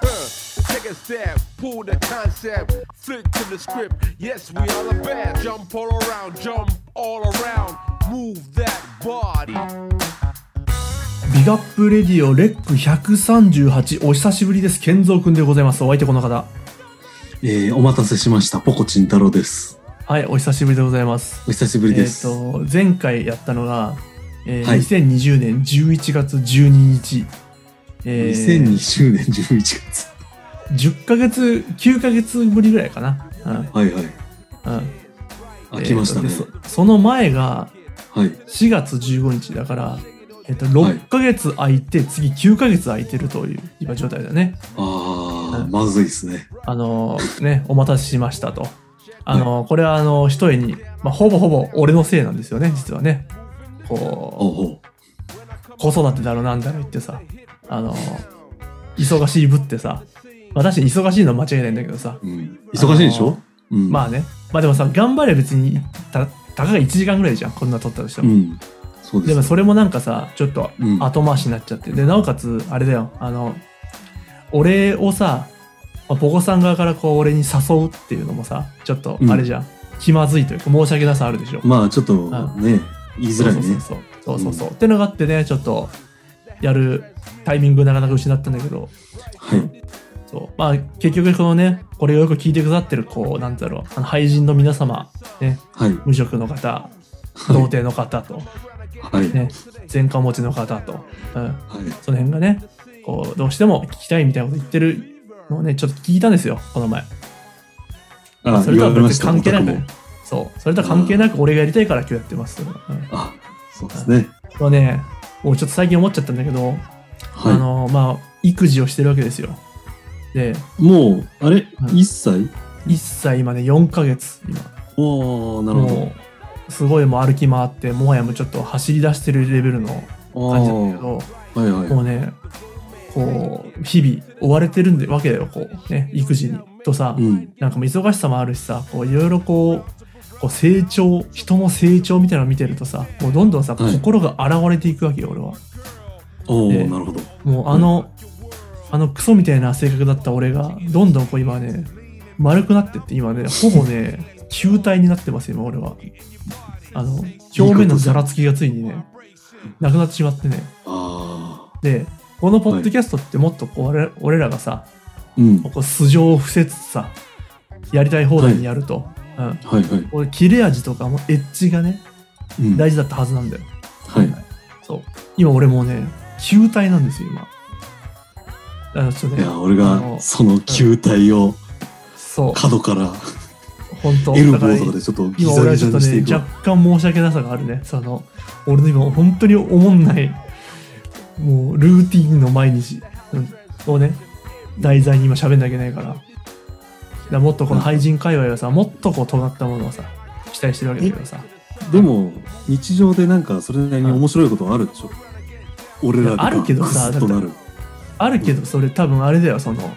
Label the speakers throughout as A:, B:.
A: Uh, Take a step, pull the concept, flick to the script. Yes, we are the best. Jump all around, jump all around. Move that body.
B: ビガップレディオレック138お久しぶりです健三くんでございますお相手この方
C: えーお待たせしました。ポコチン太郎です。
B: はいお久しぶりでございます
C: お久しぶりです。
B: えっ、と前回やったのが、えー
C: はい
B: 2020年11月12日、えー、
C: 2020年11月。
B: 10ヶ月9ヶ月ぶりぐらいかなう
C: はいはい。
B: んうん
C: 開きましたね。
B: えーとでそその前が
C: はい。
B: 4月15日だから、えっと6ヶ月空いて、次9ヶ月空いてるという今状態だね
C: あ
B: う
C: ー、
B: ん
C: まずいですね。
B: あのーね、お待たせしましたと。あのーこれはあのー、ひとえに、まあ、ほぼほぼ俺のせいなんですよね、実はね。
C: お
B: こ
C: うおう。
B: う、子育てだろなんだろ言ってさ、あのー忙しいぶってさ、私忙しいのは間違いないんだけどさ、
C: うん、忙しいでしょ、
B: あのー
C: うん。
B: まあね、まあでもさ、頑張れ別に、たたかが1時間ぐらいじゃん、こんな撮ったとして
C: う
B: も。
C: ん。そうで。
B: ですもそれもなんかさ、ちょっと
C: うん
B: 後回しになっちゃって、で、なおかつ、あれだよ、あの、俺をさ、まあボコさん側からこう、俺に誘うっていうのもさ、ちょっと、あれじゃん、気まずいというか、申し訳なさあるでしょ。
C: まあ、ちょっとね、言いづらいね。
B: そうそうそうそう。そうそうそうってのがあってね、ちょっと、やるタイミングなかなか失ったんだけど、
C: はい。
B: そう。まあ、結局、このね、これをよく聞いてくださってる、こう、なんだろう、あの俳人の皆様、ね、
C: はい。
B: 無職の方、童
C: はい。
B: 貞の方と、
C: はい。
B: ね、前科持ちの方と、うん。
C: はい。
B: その辺がね、こう、どうしても聞きたいみたいなこと言ってるのをね、ちょっと聞いたんですよ、この前。
C: あ
B: それとは別に関係な
C: 言われ
B: く
C: まし、
B: そう、それとは関係なく俺がやりたいから今日やってます。うん、
C: た僕もあ、そうですね。
B: これね、もうちょっと最近思っちゃったんだけど、
C: はい
B: あ。の、まあ、育児をしてるわけですよ。で、
C: もう、あれ、
B: うん
C: 一切
B: 1歳今ね、4ヶ月、今。
C: おー、なるほ
B: もう、すごいもう歩き回って、もはやもうちょっと走り出してるレベルの
C: ど。
B: 感じなんだけ
C: あ
B: ど、
C: あー。はいはい。
B: もうね、こう、日々追われてるんでわけだよ、こう、ね、育児に。とさ、
C: うん。
B: なんかもう忙しさもあるしさ、こういろいろこう、こう成長、人の成長みたいなのを見てるとさ、もうどんどんさ、
C: はい
B: 心が洗われていくわけよ、俺は。
C: お
B: で
C: ー、なるほど。
B: もうあの、あのクソみたいな性格だった俺が、どんどんこう今ね、丸くなってって、今ね、ほぼね、 球体になってます、今俺は。あの、表面のざらつきがついにね、なくなってしまってね。
C: ああ。
B: で、このポッドキャストってもっとこう、俺俺らがさ、
C: うん。
B: こう素性を伏せつつさ、やりたい放題にやると。うん。
C: はいはい。
B: これ切れ味とかもエッジがね
C: うん
B: 大事だったはずなんだよ、
C: はい。
B: そう今俺もうね球体なんですよ今あのちょっと
C: い
B: ね
C: や、俺
B: あ
C: が
B: の
C: その球体を
B: そう
C: 角から
B: 本当
C: エルボ
B: だから
C: ーとかでちょっとギ
B: 今
C: ザ
B: 俺は
C: ギ
B: ち
C: ザ
B: ょっと
C: にしてい
B: ね
C: くわ。
B: 若干申し訳なさがあるねその俺の今本当に思んないもうルーティンの毎日うんをね題材に今喋んなきゃいけないからだからもっとこの廃人界隈はさもっとこう尖ったものをさ期待してるわけだけどさ
C: でも、日常でなんかそれなりに面白いことはあるでしょ。俺ら
B: いやあるけどさ
C: クスッとなる。
B: あるけどそれ多分あれだよその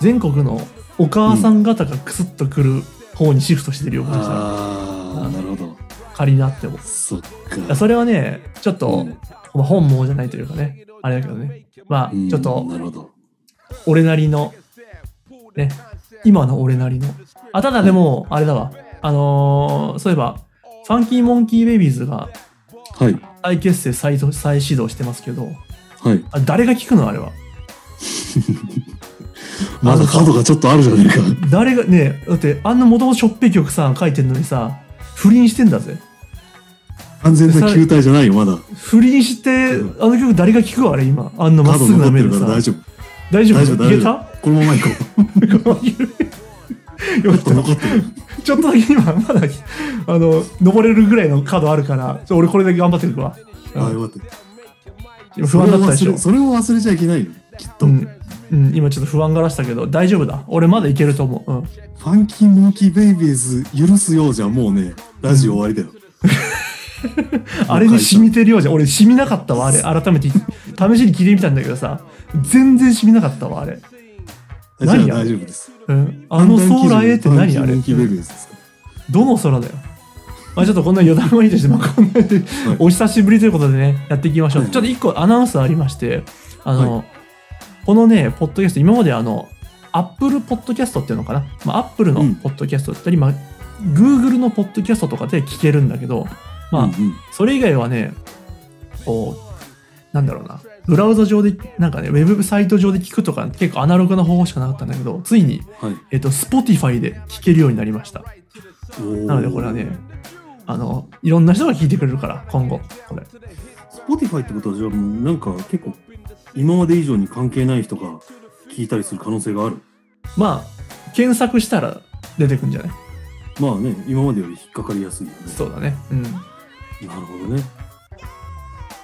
B: 全国のお母さん方がクスッとくる方にシフトしてるよ、僕さ
C: ああ、なるほど。
B: 仮にあってもだか
C: そっ
B: ら
C: か。
B: それはねちょっと、
C: うん
B: まあ本望じゃないというかねあれだけどねまあ、
C: うん
B: ちょっと
C: なるほど。
B: 俺なりのね今の俺なりのあただでもあれだわあのーそういえばファンキーモンキーベイビーズが
C: はい。
B: 再結成再度再始動してますけど
C: はい。
B: あ誰が聞くのあれは
C: まだ角がちょっとあるじゃないか。
B: 誰がねだってあんなもともとしょっぺい曲さ書いてんのにさ不倫してんだぜ
C: 完全な球体じゃないよ、まだ。
B: 不倫して
C: う
B: あの曲誰が聞くわあれ今あんなまっす
C: 角
B: ぐ
C: 残
B: な
C: って
B: 目
C: る
B: で
C: か
B: さ
C: ら大丈夫。
B: 大丈夫
C: 大丈夫、
B: 言
C: 大
B: え
C: 丈
B: た
C: 夫。このまま行こう。
B: よかった
C: 残ってる。
B: ちょっとだけ今まだあの登れるぐらいの角あるからちょ俺これだけ頑張ってくるわ
C: ああ、よかった。
B: 今不安だったでしょ
C: それを忘れそれを忘れちゃいけないよ、きっと。
B: うんうん、今ちょっと不安がらしたけど大丈夫だ俺まだいけると思う、うん、
C: ファンキーモンキーベイビーズ許すようじゃもうね、ラジオ終わりだよ。
B: あれに染みてるようじゃん俺染みなかったわあれ改めて試しに聞いてみたんだけどさ全然染みなかったわあれ、
C: あじゃあ
B: 何や
C: 大丈夫です。
B: うん、あの空へって何あれ
C: ファンキーモンキーベイビーズですか
B: どの空だよ。まあ、ちょっとこんな余談はいいとして、まあ、こんなで、
C: はい
B: お久しぶりということでね、やっていきましょう。
C: はい
B: ちょっと一個アナウンスありまして、あの、このね、ポッドキャスト、今まであの、 Apple Podcast っていうのかな、まあ、Apple の
C: うん
B: Podcast だったり、まあ、Google の Podcast とかで聞けるんだけど、まあ、
C: うんうん
B: それ以外はね、こう、なんだろうな、ブラウザ上で、なんかね、ウェブサイト上で聞くとか、結構アナログな方法しかなかったんだけど、ついに、
C: はい。
B: えっと、Spotify で聞けるようになりました。な
C: な
B: ので、これはね、あの、いろんな人が聞いてくれるから、今後、これ。
C: Spotify ってことは、じゃあ、なんか結構、今まで以上に関係ない人が聞いたりする可能性がある。
B: まあ、検索したら出てくんじゃない
C: まあね、今までより引っかかりやすいよね。
B: そうだね。うん。ま
C: なるほどね。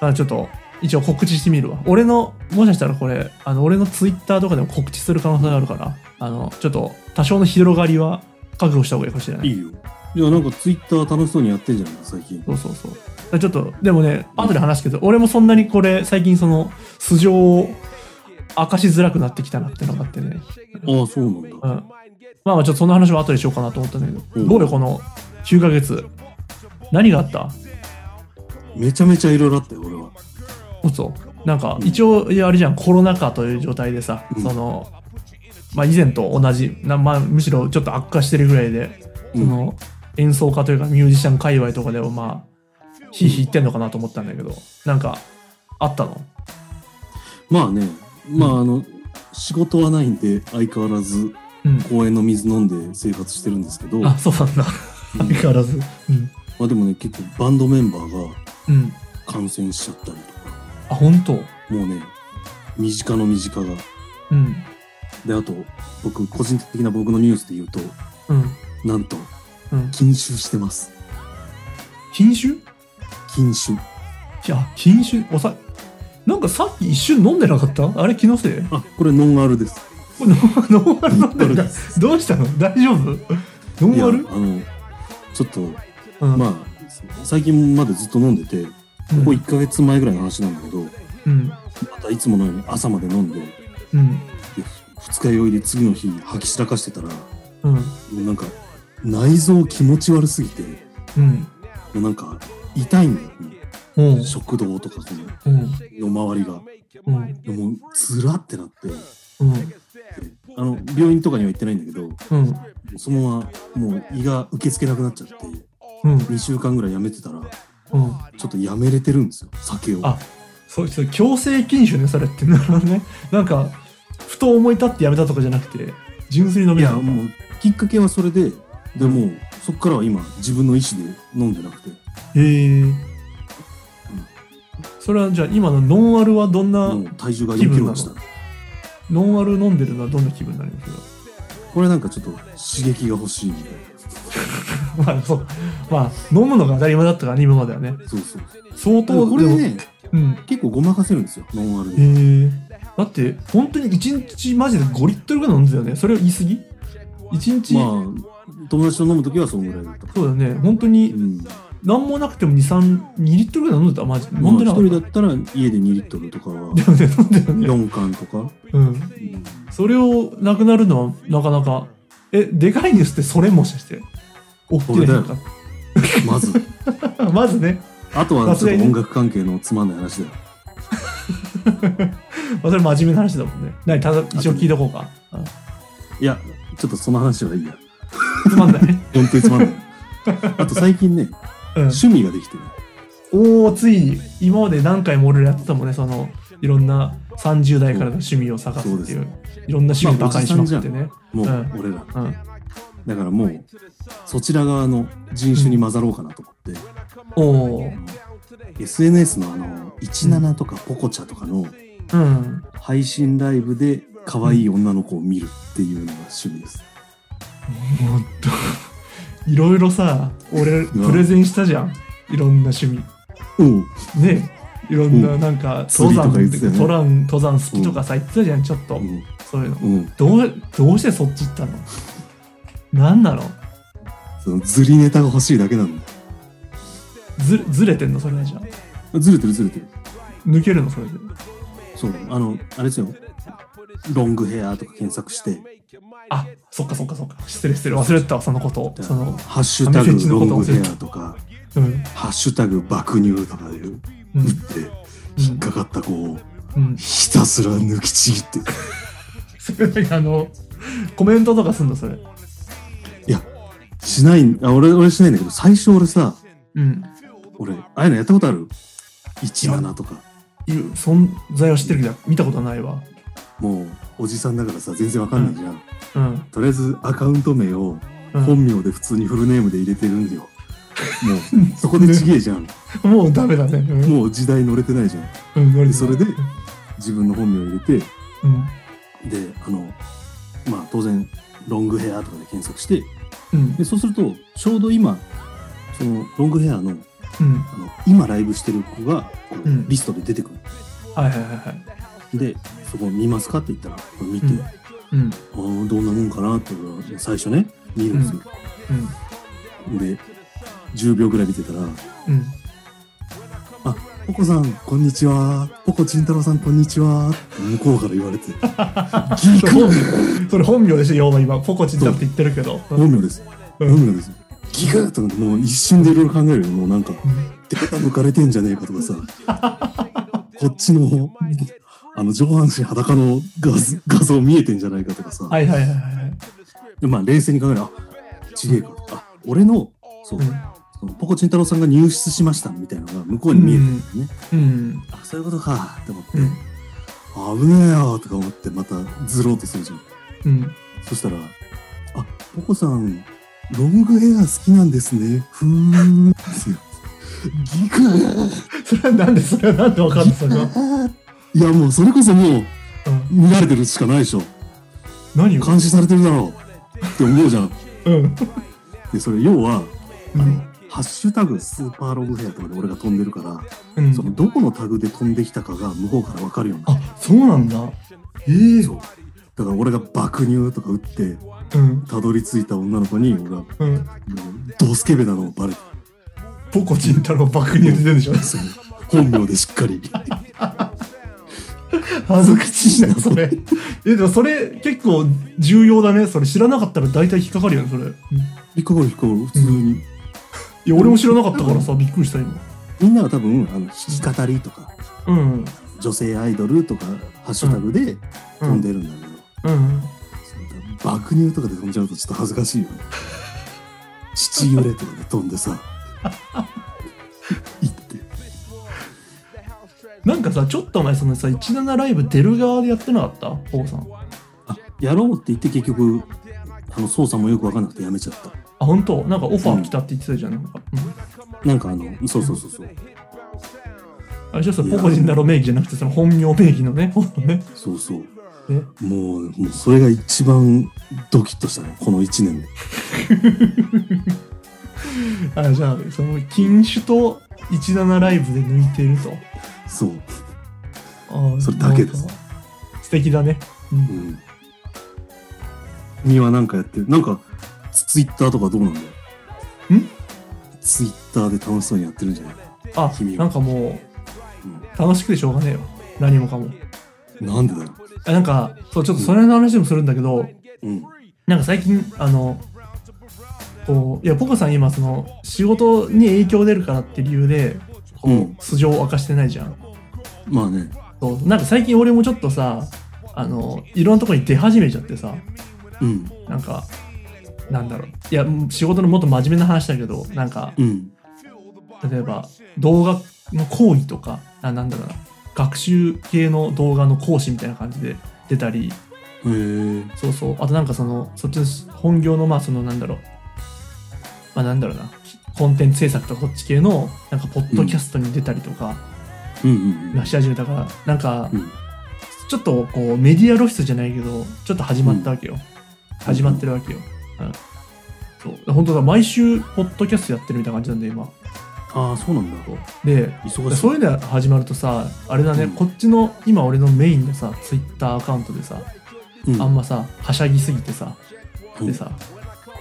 B: あ、ちょっと、一応告知してみるわ。俺の、もしかしたらこれ、あの、俺の Twitter とかでも告知する可能性があるから、あの、ちょっと、多少の広がりは覚悟した方がいいかもしれない。
C: いいよ。じゃあ、なんか Twitter 楽しそうにやってんじゃないの最近。
B: そうそうそう。だからちょっと、でもね、後で話すけど、俺もそんなにこれ、最近その、素性を明かしづらくなってきたなってのがあってね。
C: ああ、そうなん
B: う
C: だ。
B: ん。まあまあ、ちょっとその話は後でしようかなと思ったんだけ
C: う
B: ど、
C: ん
B: どうよ、この9ヶ月。何があった
C: めちゃめちゃいろいろあったよ、俺は。
B: 嘘なんか、一応、いやあれじゃん、コロナ禍という状態でさ、
C: うん
B: その、まあ以前と同じ、なまあむしろちょっと悪化してるぐらいで、その、演奏家というかミュージシャン界隈とかでもまあ、ひいひい言ってんのかなと思ったんだけど、なんか、あったの
C: まあね、まああの、仕事はないんで、相変わらず
B: うん。
C: 公園の水飲んで生活してるんですけど、
B: あ、そうなんだ。
C: うん
B: 相変わらず。うん。
C: まあでもね、結構バンドメンバーが
B: うん。
C: 感染しちゃったりとか、
B: あ、本当
C: もうね、身近の身近が。
B: うん。
C: で、あと、僕、個人的な僕のニュースで言うと、
B: うん。
C: なんと、
B: うん。
C: 禁酒してます。
B: 禁酒い
C: 禁酒。
B: や、禁酒おさ、なんかさっき一瞬飲んでなかったあれ気のせい
C: あ、これノンアルです。
B: これノンノンアル飲んで
C: ノンアル
B: る
C: で
B: どうしたの大丈夫ノ
C: いや、
B: ン
C: あ
B: アル
C: の、ちょっと、
B: うん。
C: まあ、最近までずっと飲んでて、こ
B: うん、
C: こ1ヶ月前ぐらいの話なんだけど、
B: うん。
C: またいつものように朝まで飲んで、
B: うん。
C: で二日酔いで次の日吐き散らかしてたらも
B: うん。
C: うなんか内臓気持ち悪すぎても
B: うん。
C: うなんか痛いんだよ、
B: うん。
C: 食道とかこ
B: うん。
C: のの周りが
B: うん。
C: でもうつらってなってで
B: うん。
C: あの病院とかには行ってないんだけど
B: うん。
C: そのままもう胃が受け付けなくなっちゃって
B: うん。
C: 2週間ぐらいやめてたら
B: うん。
C: ちょっとやめれてるんですよ酒を
B: あそうそう強制禁酒ねそれってなるほどねなんかふと思い立ってやめたとかじゃなくて純粋に飲
C: い
B: め
C: や
B: たの
C: もうきっかけはそれででもうそっからは今自分の意思で飲んでなくて
B: へえそれはじゃあ今のノンアルはどんな、
C: もう体重が4キロ落ちた
B: ノンアル飲んでるのはどんな気分になりますか
C: これなんかちょっと刺激が欲しいみたいな
B: まあそうまあ飲むのが当たり前だったからね今まではね
C: そうそう。
B: 相当
C: これでね、
B: でも
C: 結構ごまかせるんですよ、ノンアル
B: うん
C: で。
B: へえだって本当に1日マジで5リットルぐらい飲んでたよねそれを言い過ぎ ?1 日、
C: まあ、友達と飲むときはそのぐらいだった。
B: そうだね本当に
C: うん。
B: 何もなくても23 2リットルぐらい飲んでたマジで飲んでな
C: まあ
B: かった
C: 一人だったら家で2リットル とかは
B: だよね、そうだよね。
C: 4缶とか。
B: うん。
C: うん
B: それをなくなるのはなかなか。え、でかいニュースってそれもしかして。大きいのか。
C: まず。
B: まずね、
C: あとはちょっと音楽関係のつまんない話だよ。
B: まあ、それ真面目な話だもんね。なに、ただ一応聞いとこうか。うん
C: いや、ちょっとその話はいいや。
B: つまんない。
C: 本当につ まんない。あと最近ね、
B: うん
C: 趣味ができてる。
B: おー、ついに、今まで何回も俺らやってたもんね、その、いろんな30代からの趣味を探すってい
C: そうう。
B: いろんな趣味ばかりしまくってね。
C: もう
B: うん、
C: 俺ら。
B: うん。
C: だからもう、そちら側の人種に混ざろうかなと思って。
B: おー。
C: SNS のあの、17とかポコチャとかの
B: うん。
C: 配信ライブで可愛い女の子を見るっていうのが趣味です。
B: もうどいろいろさ、俺、
C: うん
B: プレゼンしたじゃん。いろんな趣味。
C: うん。
B: ねいろんな
C: うん
B: なんか登
C: 釣りと
B: 山
C: か言ってたよね
B: 登山登山好きとかさ言ってたじゃんちょっと
C: うん。
B: そういうの
C: うん。
B: どうどうしてそっち行ったの何なの
C: そのずりネタが欲しいだけなんだ。
B: ずずれてんのそれはじゃあ
C: ずれてるずれてる。
B: 抜けるのそれで
C: そう。あの、あれですよ。ロングヘアとか検索して、
B: あそっかそっかそっか失礼失礼忘れてたわそのことをその
C: ハッシュタグ
B: 亀フェチの
C: ロ
B: こ
C: ン
B: と
C: グ
B: 忘れ
C: ヘ
B: てた
C: アとか、
B: うん
C: ハッシュタグ爆乳とかで打って、
B: うん
C: 引っかかった子を
B: うん
C: ひたすら抜きちぎって、
B: それだけあのコメントとかすんのそれ。
C: しないんあ俺、俺しないんだけど、最初俺さ、
B: うん。
C: 俺、ああいうのやったことある ?17 とか。
B: いる存在は知ってるけど、見たことないわ。
C: もう、おじさんだからさ、全然わかんないじゃん。
B: うん。
C: とりあえず、アカウント名を
B: うん、
C: 本名で普通にフルネームで入れて るんだよ。もう、そこでちげえじゃん。
B: もうダメだね。うん。
C: もう時代乗れてないじゃん。
B: うん悪いね
C: でそれで、自分の本名を入れて、
B: うん。
C: で、あの、まあ、当然、ロングヘアとかで検索して、
B: うん。
C: で、そうすると、ちょうど今、その、ロングヘアの、
B: うん。
C: あの今ライブしてる子が、こう
B: うん
C: リストで出てくる。
B: はいはいはいはい。
C: で、そこ見ますかって言ったら、これ見て、
B: うん
C: あ
B: うん。
C: ーどんなもんかなって俺は最初ね、見るんですよ。
B: うん。
C: で、10秒ぐらい見てたら、
B: うん。
C: あ、ポコさん、こんにちは。ポコチンタロウさん、こんにちは。って向こうから言われて。ギ
B: それ本名それ本名でしょ、要は今、ポコチンだって言ってるけど。
C: 本名です。
B: う
C: 本
B: ん。
C: 名です。ギクッとなってもう一瞬でいろいろ考えるよ。もうなん か、出方抜かれてんじゃねえかとかさ。こっちの、あの、上半身裸の画 像画像見えてんじゃないかとかさ。
B: はいはいはいはい。
C: でまあ、冷静に考える。あ、ちげえか。あ、俺の、そう、
B: うん
C: そのポコチンタロウさんが入室しましたみたいなのが向こうに見えてるんだよね。
B: うん。
C: あ、そういうことか。って思って。
B: うん。
C: 危ねえよとか思ってまたずろうとするじゃん
B: うん。
C: そしたら「あポコさんロングヘア好きなんですねふーん」ですよギクー
B: それはなんで、それはなんでわかんない、それは。
C: いやもうそれこそもう
B: うん
C: 見られてるしかないでしょ
B: 何を
C: 監視されてるだろうって思うじゃん
B: うん。
C: でそれ要は
B: うん。
C: 「ハッシュタグスーパーロングヘア」とかで俺が飛んでるから、
B: うん
C: そのどこのタグで飛んできたかが向こうから分かるようになる
B: あ、そうなんだ。ええ
C: そうだから俺が「爆乳」とか打って
B: うん。
C: たどり着いた女の子に俺が
B: うん。
C: ドスケベなのをバレて
B: ポコチン太郎爆乳出てるでしょ。
C: その本名でしっかり
B: 恥ずかしいな、 それ。え、でもそれ結構重要だね。それ知らなかったら大体引っかかるよね、それ。い
C: 引っかかる引っかかる普通に、
B: や、俺も知らなかったからさ、びっくりした、今。
C: みんなは多分あの弾き語りとか
B: うん。
C: 女性アイドルとかハッシュタグで
B: う
C: 飛ん
B: ん。
C: でるんだけど、
B: うん。
C: その多分爆乳とかで飛んじゃうとちょっと恥ずかしいよね父揺れとかで飛んでさ 行って
B: なんかさ、ちょっと前、そのさ、17ライブ出る側でやってなかったポコさん。
C: あやろうって言って結局あの操作もよく分かんなくてやめちゃった
B: あ、本当なんかオファー来たって言ってたじゃん。なんかうん
C: なんかあのそうそうそうそう
B: あれじゃさ、ポコチン太郎名義じゃなくて、その本名名義のね、 本のね。
C: そうそう
B: ね
C: もうもうそれが一番ドキッとしたねこの1年で
B: あじゃあその禁酒と17ライブで抜いてると
C: そう、
B: あ
C: それだけです
B: なんか素敵だね
C: う、ん、にはなんかやってるなんかツツイッターとかどうなんだよ
B: ん
C: ツイッターで楽しそうにやってるんじゃない、
B: あ
C: 君は
B: なんかもう楽しくてしょうがねえよ何もかも
C: うん、なんでだよ、
B: あなんかそうちょっとそれの話でもするんだけど、
C: うん、
B: なんか最近あのこういやポコさん今その仕事に影響出るからって理由でこう、
C: うん
B: 素性を明かしてないじゃん
C: まあね
B: そうなんか最近俺もちょっとさあのいろんなとこに出始めちゃってさ
C: うん
B: なんか、なんだろう。いや、仕事のもっと真面目な話だけど、なんか、
C: うん
B: 例えば、動画の講義とか、あなんだろうな、学習系の動画の講師みたいな感じで出たり、
C: へえ
B: そうそう、あとなんかその、そっちの本業の、まあその、なんだろう、まあなんだろうな、コンテンツ制作とかこっち系の、なんか、ポッドキャストに出たりとか、
C: うんうん
B: 出し始めたから、なんか
C: う、ん
B: ちょっとこうメディア露出じゃないけどちょっと始まったわけよ、始まってるわけよ、うん、そう本当だ毎週ポッドキャストやってるみたいな感じなんで今
C: ああそうなんだ
B: そうで
C: 忙しい
B: そういうのが始まるとさあれだね、
C: うん
B: こっちの今俺のメインのさツイッターアカウントでさ
C: うん
B: あんまさはしゃぎすぎてさ
C: うん
B: でさ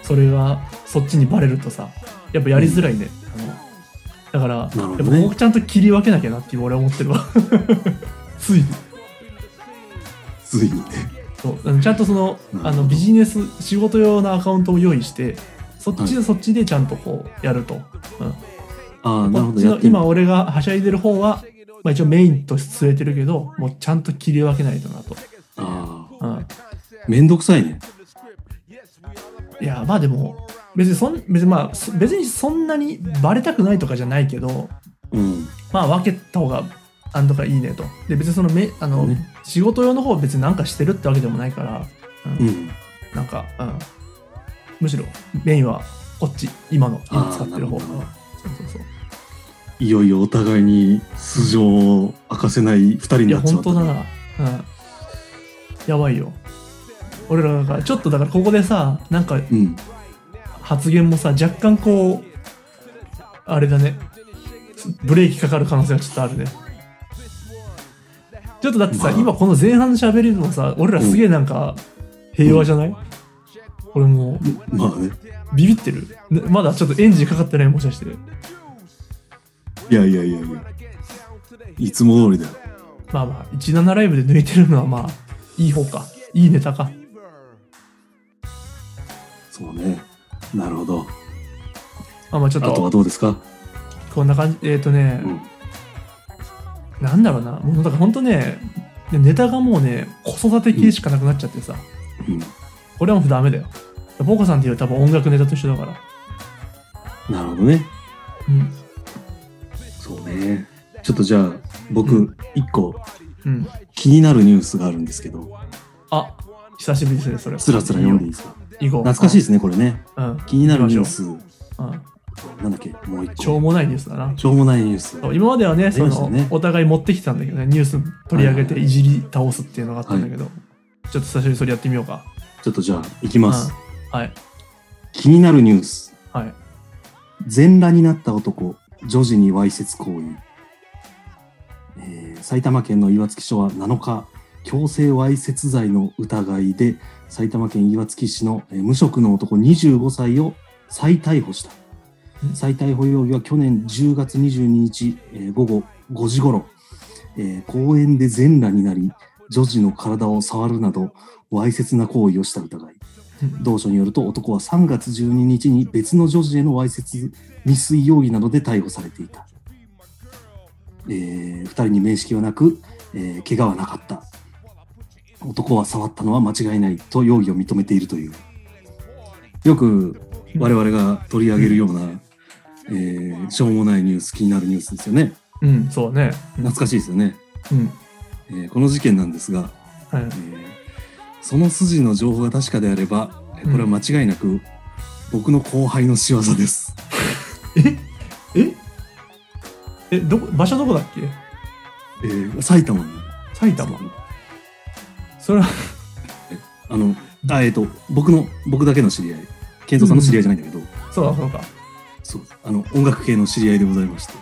B: それがそっちにバレるとさやっぱやりづらいね、あのだから、
C: るほ
B: や
C: ど
B: っ
C: ね
B: ぱここちゃんと切り分けなきゃなって俺は思ってるわ ついに
C: ついにね
B: そうあのちゃんとその
C: なるほど
B: あのビジネス仕事用のアカウントを用意してそっちでそっちでちゃんとこうやると、
C: ああ
B: うん、
C: なる
B: こ
C: ほ
B: っ
C: ど
B: ち
C: や
B: の
C: ってる
B: 今俺がはしゃいでる方は、まあ、一応メインとして据えてるけどもうちゃんと切り分けないとなと、
C: ああ
B: うん、
C: めんどくさいね
B: いや、まあでも、別にそん、別にまあ、そ別にそんなにバレたくないとかじゃないけど、
C: うん。
B: まあ分けた方が、あんとかいいねと。で、別にそのめ、あの、
C: ね
B: 仕事用の方は別になんかしてるってわけでもないから、
C: うん。
B: なんか、うん。むしろ、メインはこっち、今の、今使ってる方
C: あーなるほ
B: そ
C: ど
B: うそうそう。
C: いよいよお互いに素性を明かせない二人に
B: いや、
C: なっちま
B: 本
C: った
B: 当
C: ね、
B: だな。うん。やばいよ。俺らが、ちょっとだからここでさ、なんか
C: うん。
B: 発言もさ、若干こう、あれだね。ブレーキかかる可能性がちょっとあるね。ちょっとだってさ、
C: まあ
B: 今この前半の喋りもさ、俺らすげえなんか、平和じゃない、俺もう、
C: まあね。
B: ビビってる。ねまだちょっとエンジンかかってないもしかして。
C: いやいやいやいや。いつも通りだよ。
B: まあまあ、17ライブで抜いてるのはまあ、いい方か。いいネタか。
C: そうね。なるほど。
B: まあまあちょっ
C: あとは
B: と、
C: どうですか
B: こんな感じ、えっ、とね、
C: うん。
B: なんだろうな、もうだから本当ね、でネタがもうね、子育て系しかなくなっちゃってさ、
C: うん。
B: これはもうダメだよ。ポコさんっていう多分音楽ネタと一緒だから。
C: なるほどね。
B: うん。
C: そうね。ちょっとじゃあ、
B: う
C: 僕、一個
B: うん。
C: 気になるニュースがあるんですけど、
B: あ、久しぶりですね、それ。
C: つらつら読んでいいですか
B: いいよ。
C: 懐かしい
B: い。
C: ですね、これね。
B: うん。
C: 気になるニュース、
B: うん。
C: なんだっけ、もう一個。
B: しょうもないニュースだな。
C: しょうもないニュース。
B: そう今まではね、そ
C: ありました
B: の
C: ね
B: お互い持ってきてたんだけどね、ニュース取り上げていじり倒すっていうのがあったんだけど、ちょっと久しぶりにそれやってみようか。
C: ちょっとじゃあ、いきま
B: う
C: す。
B: んはい。
C: 気になるニュース。
B: はい。
C: 全裸になった男、女児にわいせつ行為。えー埼玉県の岩槻署は7日、強制わいせつ罪の疑いで、埼玉県岩槻市のえー無職の男25歳を再逮捕した。
B: ん
C: 再逮捕容疑は去年10月22日、えー午後5時頃、えー公園で全裸になり、女児の体を触るなど、わいせつな行為をした疑
B: う
C: い。
B: ん
C: 同署によると男は3月12日に別の女児へのわいせつ未遂容疑などで逮捕されていた、え2人に面識はなく、えー怪我はなかった男は触ったのは間違いないと容疑を認めているというよく我々が取り上げるような、えーしょうもないニュース気になるニュースですよね
B: うん、そうね。うん
C: 懐かしいですよね、
B: うん。
C: えーこの事件なんですが
B: はい
C: え。ーその筋の情報が確かであれば、えーこれは間違いなく、僕の後輩の仕業です。
B: ええ、どこ、場所どこだっけ
C: えー埼玉の。
B: 埼玉それは、
C: あの、あ、えっ、と、僕の、僕だけの知り合い。健三さんの知り合いじゃないんだけど、
B: そうだ、そうか。
C: そう、あの、音楽系の知り合いでございまして、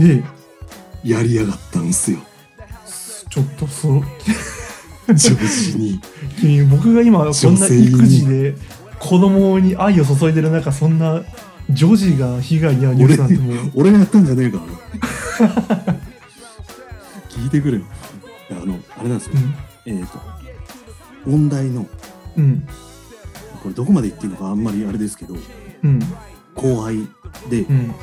B: ええ、
C: やりやがったんすよ。
B: ちょっとそう、
C: 上司 に。
B: 君僕が今こんな
C: 女性に
B: 育児で子供に愛を注いでる中そんなジョージが被害に遭うニュースなんてもう
C: 俺がやったんじゃねえからな。聞いてくれよ。いやあの、あれなんですよ。えっ、と、音大の、
B: うんうん
C: これどこまで言っていいのかあんまりあれですけど、
B: うん
C: 後輩で、
B: うん
C: で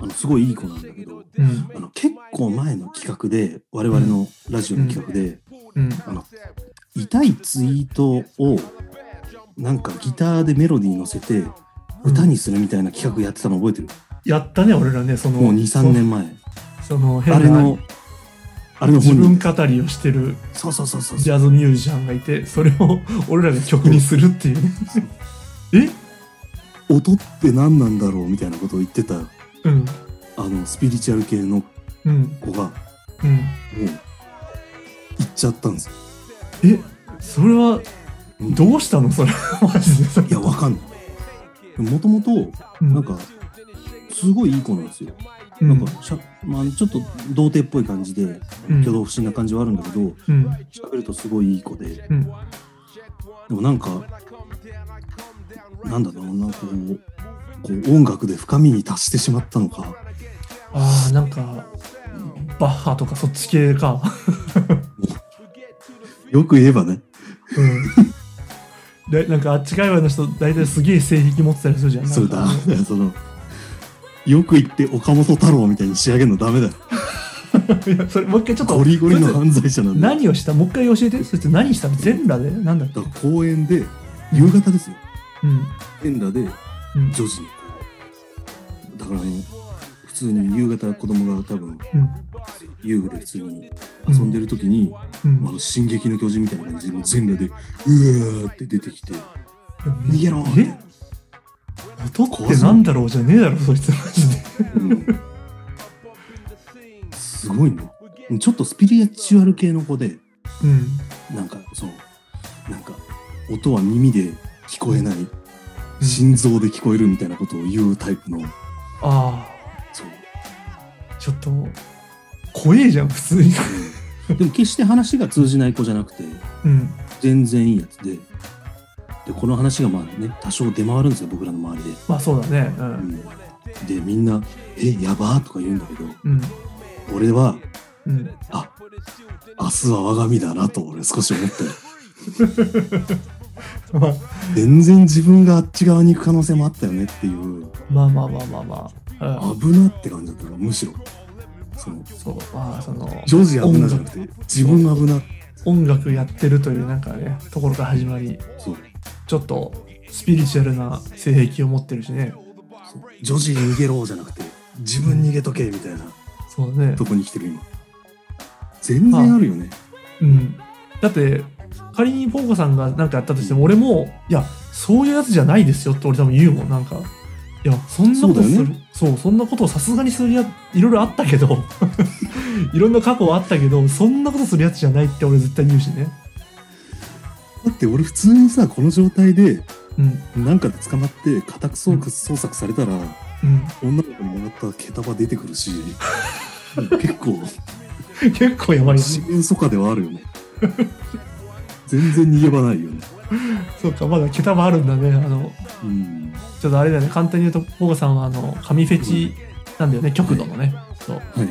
C: あのすごいいい子なんだけど
B: うん
C: あの結構前の企画で我々のラジオの企画で、
B: うん
C: あの痛いツイートをなんかギターでメロディー乗せて歌にするみたいな企画やってたの覚えてる、
B: やったね俺らねその
C: もう23年前
B: その変
C: あれ
B: な
C: のあれの
B: 自
C: 本
B: 分
C: 人
B: 語りをしてる
C: そうそうそうそう
B: ジャズミュージシャンがいてそれを俺らが曲にするっていうね
C: 音って何なんだろうみたいなことを言ってた
B: えうん
C: あのスピリチュアル系の
B: うん
C: 子がも
B: うん
C: う行っちゃったんですよ
B: えそれはどうしたのそれ マジでそれ
C: いやわかんないもともと
B: うん
C: なんかすごいいい子なんですよ
B: うん
C: なんかしゃ、まあ、ちょっと童貞っぽい感じで
B: うん
C: 挙動不審な感じはあるんだけど
B: うん
C: 喋るとすごいいい子で
B: うん
C: でもなんかなんだろうなこうこう音楽で深みに達してしまったのか
B: あーなんかバッハとかそっち系か
C: よく言えばね
B: うんでなんかあっち界隈の人大体すげえ性癖持ってたりするじゃん
C: それ
B: な
C: ダ
B: んか
C: メだよそのよく言って岡本太郎みたいに仕上げるのダメだよ
B: いやそれもう一回ちょっと
C: ゴリゴリの
B: そい
C: 犯罪者な
B: つ
C: んだよ
B: 何をしたもう一回教えてそいつ何したの全裸でなんだっけ
C: だから公園で夕方ですよ。
B: うん。
C: 全裸で
B: うん。
C: 女児にこうだからあの普通に夕方子供が多分
B: うん。
C: 遊具で普通に遊んでる時に、
B: うん
C: あの進撃の巨人みたいな感じでもう全裸でうわーって出てきて逃げろーって
B: え音ってなんだろうじゃねえだろ、そいつマジで。
C: うんすごいねちょっとスピリチュアル系の子で
B: うん。
C: なんかそのなんか音は耳で聞こえない心臓で聞こえるみたいなことを言うタイプの
B: あ
C: そう
B: あ、ちょっと、怖えじゃん、普通に。
C: うんでも決して話が通じない子じゃなくて
B: うん。
C: 全然いいやつででこの話がまあね多少出回るんですよ僕らの周りで、
B: まあそうだね。う。
C: うんん、でみんな「えやばー」とか言うんだけど
B: うん。
C: 俺は
B: うん。
C: あ明日は我が身だなと俺少し思ったよ
B: まあ
C: 全然自分があっち側に行く可能性もあったよねっていう
B: まあまあまあまあまあ。うん。
C: 危なって感じだったからむしろその
B: そう、まあその、
C: ジョージ危なじゃなくて自分が危な
B: 音楽やってるというなんかね、ところから始まり、
C: そう
B: ちょっとスピリチュアルな性癖を持ってるしね。
C: そうジョージ逃げろじゃなくて自分逃げとけみたいな
B: そうだね
C: と。こに来てる今全然あるよね
B: うん。だって、仮にポーコさんが何かやったとしても、俺も、いや、そういうやつじゃないですよって俺多分言うもん、なんか。いや、そんなことす
C: そうだよ
B: る。
C: ね
B: そう、そんなことをさすがにするや、いろいろあったけど、 いろんな過去はあったけど、そんなことするやつじゃないって俺絶対言うしね。
C: だって俺普通にさこの状態で
B: うん。
C: なんかで捕まって家宅捜索捜索されたら、
B: うん。
C: 女の子にもらった毛束出てくるし結構
B: 結構やばいし
C: 自。然疎かではあるよね全然逃げ場ないよね
B: そうか、まだ毛束あるんだね。あの、
C: うん
B: ちょっとあれだよね、簡単に言うと、ポーコさんは、あの、神フェチなんだよね、極度のね。そう。
C: はい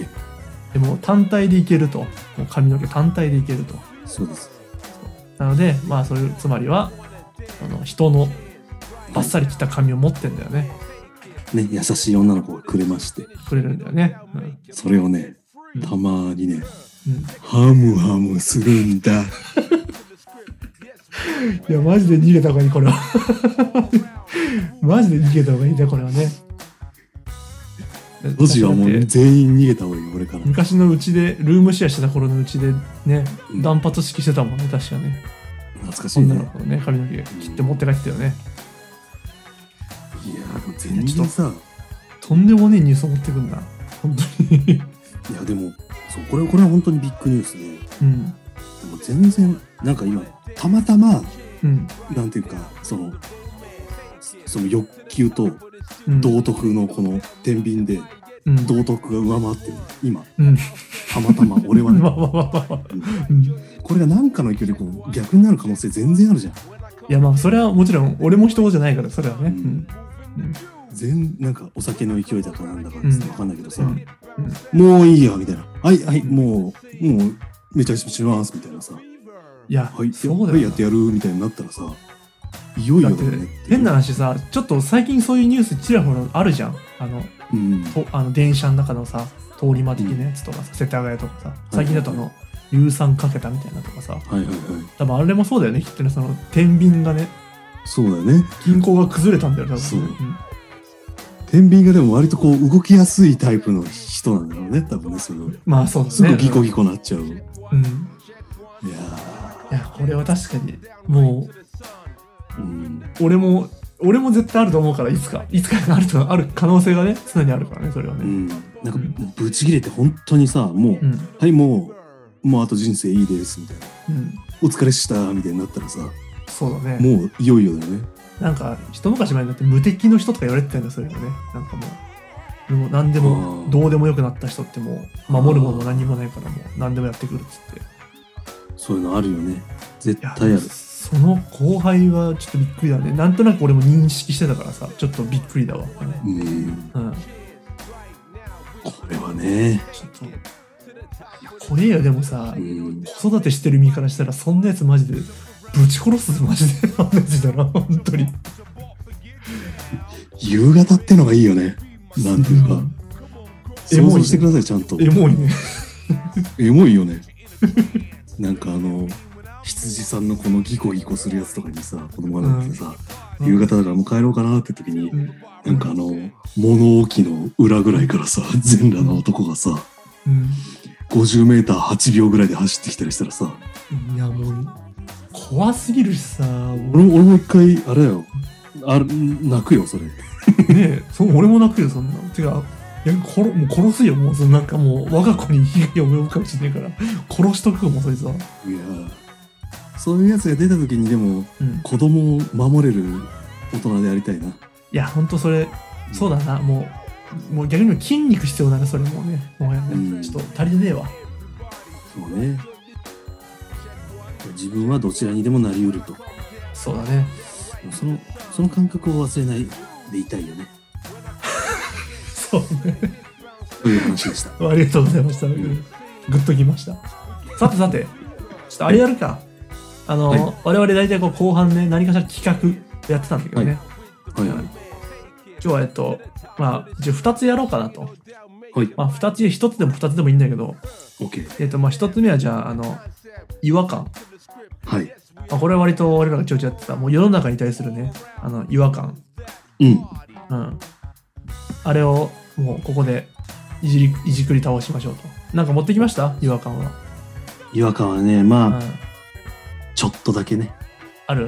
B: でも単体でいけると。もう髪の毛単体でいけると。
C: そうです
B: なので、まあそういう、つまりは、あの人のバッサリ切った髪を持ってんだよね。
C: ね優しい女の子がくれまして
B: くれるんだよね。うん。
C: それをねたまにね
B: うん、
C: ハムハムする んだ
B: いや、マジで逃げた方がいい、これは。マジで逃げた方がいいね、これはね。
C: ロジはも
B: だっ
C: う
B: て
C: 全員逃げた方がいい俺から
B: 昔のうちで、ルームシェアしてた頃のうちでね、
C: うん
B: 断髪式してたもんね、確かね。
C: 懐かしいね
B: 女の子のね、髪の毛切って持って帰ってたよね。
C: いやでも全然さ
B: とんでもねえニュースを持ってくんな。本当 に。
C: いやでもそうこれこれは本当にビッグニュースでで
B: うん。
C: も全然なんか今たまたま
B: うん。
C: なんていうかそのその欲求と
B: うん
C: 道徳のこの天秤で
B: うん。
C: 道徳が上回ってる今
B: うん。
C: たまたま俺は ね
B: ま あまあまあまあまあ。
C: うん
B: うん。い
C: これが何かの勢いでこう逆になる可能性全然あるじゃん
B: やまあ、それはもちろん、俺も人じゃないから、それはね。う
C: うんん。全なんかお酒の勢いだかなんだか
B: うん
C: わかんないけどさ、
B: うん
C: もういいよみたいな「はいはいもうもうめちゃくちゃします」みたいなさ「はい
B: いや、
C: や
B: そうだ
C: はい
B: よ
C: や
B: な
C: っ。てやる」みたいになったらさいよい
B: だ
C: よ
B: って
C: だよねっていう
B: 変な、話さ、ちょっと最近そういうニュースちらほらあるじゃん。あの、
C: うん、
B: とあの電車の中のさ、通り魔的なやつとかさ、世田谷とかさ、最近だとあの、硫酸かけたみたいなとかさ、
C: はいはいはい
B: 多分あれもそうだよね、きっとね、その、天秤がね、
C: そうだよね
B: 銀行が崩れたんだよ、多分。
C: そうん天秤がでも割とこう動きやすいタイプの人なんだろうね多分ねその
B: まあそうだね。
C: すぐギコギコなっちゃう、いや
B: うん。い
C: ー
B: や、これは確かに、もう、
C: うん
B: 俺も俺も絶対あると思うからいつかいつかあるとある可能性がね常にあるからねそれは
C: う
B: ね
C: んなんかブチ切れて本当にさもう、
B: うん
C: はいもうもうあと人生いいですみたいな
B: うん
C: お疲れしたみたいになったらさ
B: そうだね
C: もういよいよだよね
B: なんか一昔前になって無敵の人とか言われてたんだよそれはねなんかもうもう何でも
C: あー
B: どうでもよくなった人ってもう守るものも何もないからもう何でもやってくるっつってい
C: そういうのあるよね絶
B: や
C: 対ある
B: その後輩はちょっとびっくりだねなんとなく俺も認識してたからさちょっとびっくりだわ
C: うん
B: うん
C: これはね
B: ちょっといや怖えよでもさ、
C: うん
B: 子育てしてる身からしたらそんなやつマジでぶち殺すぞマジで あんなやつだな本当に
C: 夕方ってのがいいよねなんていうか、想像してくださいちゃんと
B: エモいね
C: エモいよねなんかあの羊さんのこのギコギコするやつとかにさ、子供がなっててさ、夕方だからもう帰ろうかなって時に、
B: うん
C: なんかあの、物置の裏ぐらいからさ、 全裸の男がさ、
B: う
C: 50メーター8秒ぐらいで走ってきたりしたらさ、
B: ん。いや、もう、怖すぎるしさ、
C: 俺も俺も一回、あれよ、あ泣くよ、それ。
B: 俺ねえ、そ俺も泣くよ、そんな。てか、いや殺もう殺すよ、もう、そのなんかもう、我が子に被害を及ぶかもしれないから、殺しとくよ、もう、そいつは。
C: いやそういうやつが出た時にでも
B: うん。い
C: 子供を守れる大人でありたいな
B: や、ほんとそれ、そうだな、もう、もう逆に筋肉必要だな、それもうね。もうや
C: う
B: ね、
C: ん
B: ちょっと足りてねえわ。
C: そうね自分はどちらにでもなりうると
B: そうだね。
C: そのその感覚を忘れないでいたいよね
B: そうね。
C: という話でした
B: ありがとうございました。グッときました。さてさて、ちょっとあれやるか。あの、
C: はい
B: 我々大体こう後半ね、何かしら企画やってたんだけどね。
C: はいはいはい
B: 今日はえっと、まあ、一応2つやろうかなと。
C: はい
B: まあ、2つ、1つでも2つでもいいんだけど、
C: OK
B: えっと、まあ、1つ目はじゃあ、あの、違和感。
C: はい
B: まあ、これは割と俺らがちょいちょいやってた、もう世の中に対するね、あの、違和感。
C: うん
B: うん。あれを、もうここで、いじり、いじくり倒しましょうと。なんか持ってきました違和感は。
C: 違和感はね
B: う
C: まあ
B: ん。
C: ちょっとだけね
B: ある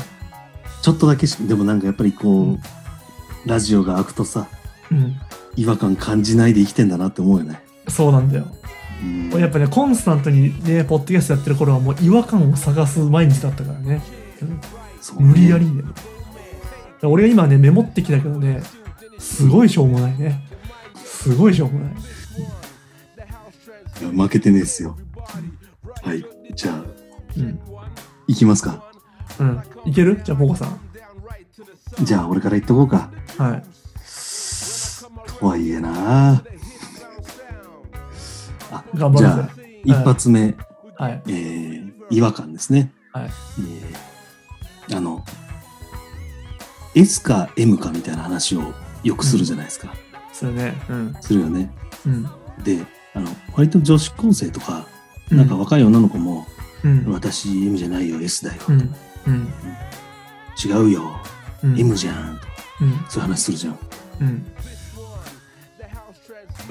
C: ちょっとだけしでもなんかやっぱりこう、
B: うん
C: ラジオが開くとさ
B: うん。
C: 違和感感じないで生きてんだなって思うよね、
B: そうなんだよ。
C: うん
B: 俺やっぱね、コンスタントにね、ポッドキャストやってる頃はもう違和感を探す毎日だったからね。うん
C: そうね
B: 無理やりね。だから俺が今ね、メモってきたけどね、すごいしょうもないね。すごいしょうもない。
C: いや負けてねえっすよはいじゃあ
B: うん。
C: 行きますか
B: うん。いけるじゃあ、ポコさん。
C: じゃあ俺から言っとこうか
B: はい。
C: とはいえなあ
B: 頑張
C: じ
B: る
C: ゃあ一発目、
B: はい。
C: えー、違和感ですね、
B: はい
C: えーあの S か M かみたいな話をよくするじゃないですか、
B: それね。うん。
C: するよね
B: うん。
C: であの割と女子高生とか
B: う
C: なんか若い女の子も
B: うん
C: 「私 M じゃないよ S だよ」
B: うん。うん。
C: 違うよ
B: うん。
C: M じゃん」と
B: うん。
C: そういう話するじゃん
B: うん。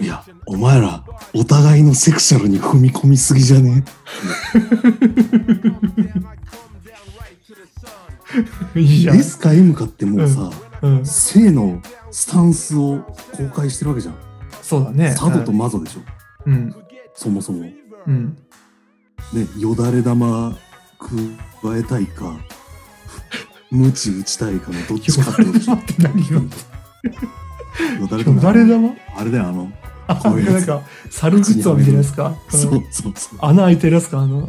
C: いや、お前ら、お互いのセクシャルに踏み込みすぎじゃね
B: いいじゃん。
C: ?S か M かってもうさ、
B: うん。
C: 性のスタンスを公開してるわけじゃん。
B: そうだね。
C: サドとマゾでしょ、
B: うん。
C: そもそも。ね、
B: うん。
C: よだれ玉加えたいか、 ムチ打ちたいかのどっちかってことでしょ。
B: よだれ玉って何よ
C: よだれ玉。
B: 誰だわ
C: あれだよ、あの、
B: あ
C: こういうやつ
B: なんか、猿グッズをみたいなやつか。
C: そ
B: うん
C: うそうそう。
B: 穴開いてるやつか、あの、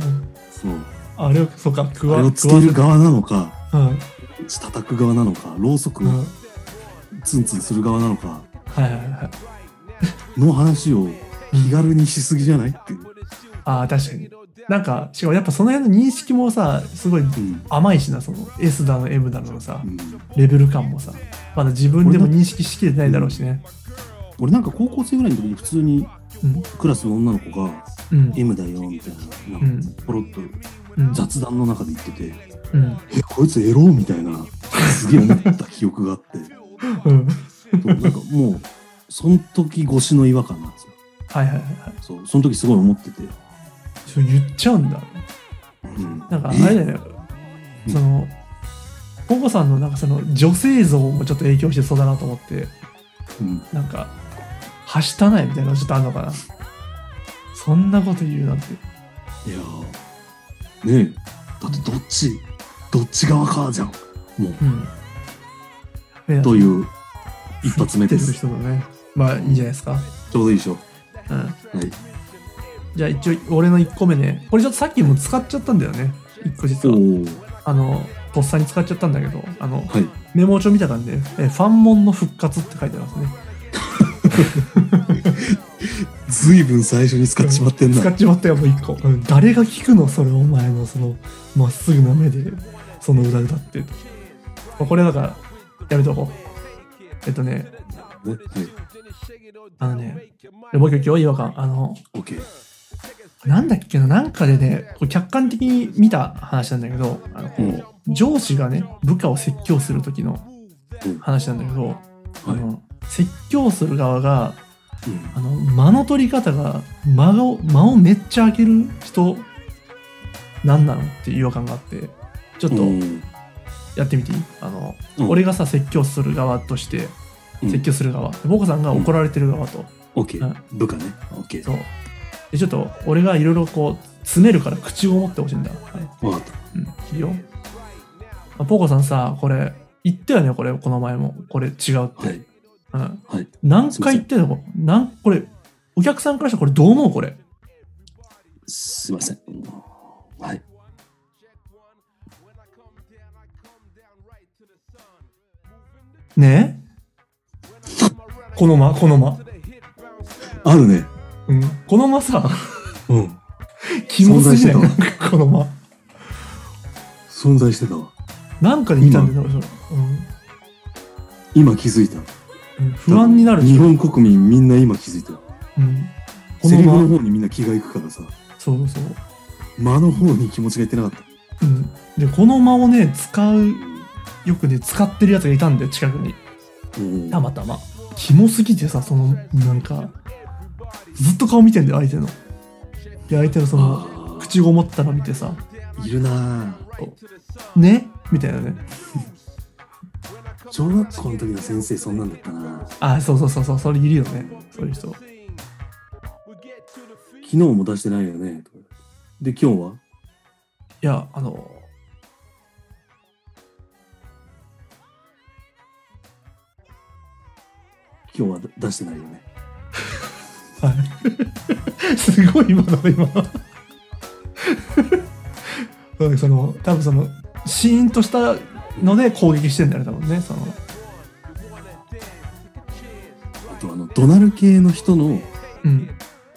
C: そう
B: あれを、そうか、く
C: あれ
B: わ、
C: をつける側なのか、
B: くわせ
C: 叩く側なのか、ろうそく
B: うん。うん。
C: を
B: はい
C: ツンツンする側なのか、
B: はいはい。
C: の話を気軽にしすぎじゃないっていう。
B: ああ、確かに。なんか、しかもやっぱその辺の認識もさ、すごい
C: うん
B: 甘いしな、その S だの M だのさ
C: う、ん
B: レベル感もさ、まだ自分でも認識しきれてないだろうしね。
C: 俺なんか高校生ぐらいの時に普通に
B: うん。
C: クラスの女の子が
B: うん
C: 「。M だよ」みたいな
B: う
C: なん
B: ん
C: かポロッと
B: うん。
C: 雑談の中で言ってて
B: うん。
C: 「えこいつエロ」みたいなすげえ思った記憶があって
B: うん。
C: そうなんかもうその時越しの違和感なんですよ
B: はいはいはいはい。
C: そうその時すごい思ってて、
B: そう言っちゃうんだ。
C: うん、
B: なんかあれだよね、その、ポコさんのなんかその女性像もちょっと影響してそうだなと思って、
C: うん
B: なんか、はしたないみたいなのちょっとあんのかな。そんなこと言うなんて。
C: いやーねえだってどっちどっち側かじゃんもう
B: うん。ね
C: という一発目
B: 見て
C: で
B: る
C: す
B: 人のね。まあいいんじゃないですか。
C: ちょうどいいでしょ
B: うん。
C: はい
B: じゃあ一応、俺の1個目ね。これちょっとさっきも使っちゃったんだよね。1個実
C: お
B: は。
C: お
B: あの、とっさに使っちゃったんだけど、あの、
C: はい
B: メモ帳見た感じで、えファンモンの復活って書いてますね。
C: ずいぶん最初に使っちまってんな。
B: 使っちまったよもう一個、うん誰が聞くのそれお前のそのまっすぐな目でその歌歌ってまあこれだからやめとこうえっとね
C: ねはい。
B: あのねもう一個今日違和感あの
C: オッケー。
B: なんだっけな、なんかでね、こう客観的に見た話なんだけど、あのこう上司がね、部下を説教する時の
C: うん
B: 話なんだけど、あの説教する側が、
C: うん
B: あの間の取り方が間を間をめっちゃ開ける人なんなのっていう違和感があってちょっと
C: うん
B: やってみていい、あの
C: うん
B: 俺がさ説教する側として
C: うん
B: 説教する側でボコさんが怒られてる側と、
C: OK
B: う
C: 部下ね OK
B: そうでちょっと俺がいろいろこう詰めるから口を持ってほしいんだ、はい
C: 分かった
B: うん、いいよ、あ、ポコさんさこれ言ったよねこれこの前もこれ違うって、
C: はい
B: うん
C: はい
B: 何回言ってんのなんこれお客さんからしたらこれどう思うこれ
C: すいませんはい
B: ねえこの間この間、
C: あるね
B: うん、この間 さ
C: うん
B: 気持ちない
C: 存在
B: なんかこの間
C: 存在してたわ
B: なんかで見たんだよね、
C: 今気づいた
B: うんうん、不安になるでし
C: 日
B: ょ、
C: 本国民みんな今気づいた
B: うん、こ
C: セ
B: の
C: リフの
B: 間
C: 方にみんな気がいくからさ
B: そうそう、
C: 間の方に気持ちがいってなかった
B: うん、でこの間をね使うよくね使ってるやつがいたんだよ近くに
C: うん
B: たまたまキモすぎてさそのなんかずっと顔見てんだよ相手ので相手のその
C: あ
B: 口ごもったの見てさ
C: ーいるなぁ
B: 「ねみたいなね
C: 小学校の時の先生そんなんだったな
B: あそうそうそうそうそれいるよねそういう人
C: 昨日も出してないよねとかで今日はい
B: やあの
C: 今日は出してないよね
B: はいすごい今の今 そうねその多分そのシーンとしたので攻撃してんだよね多分ねその
C: あとあの怒鳴る系の人の
B: うん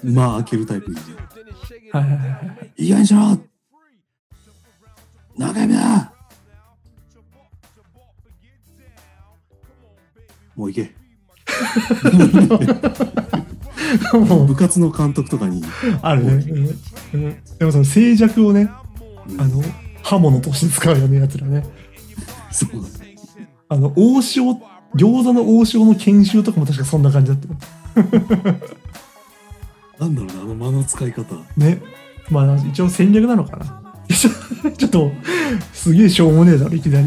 C: 間開けるタイプいるじゃん
B: はいはいはいはい
C: いい加減にしろ中指だもう行け
B: もう
C: 部活の監督とかに
B: あるね、うんうんでもその静寂をねあの刃物として使うよねやつらね
C: そう
B: あの王将餃子の王将の研修とかも確かそんな感じだったよ
C: なんだろうねあの間の使い方
B: ねまあ一応戦略なのかな ちょちょっとすげえしょうもねえだろいきなり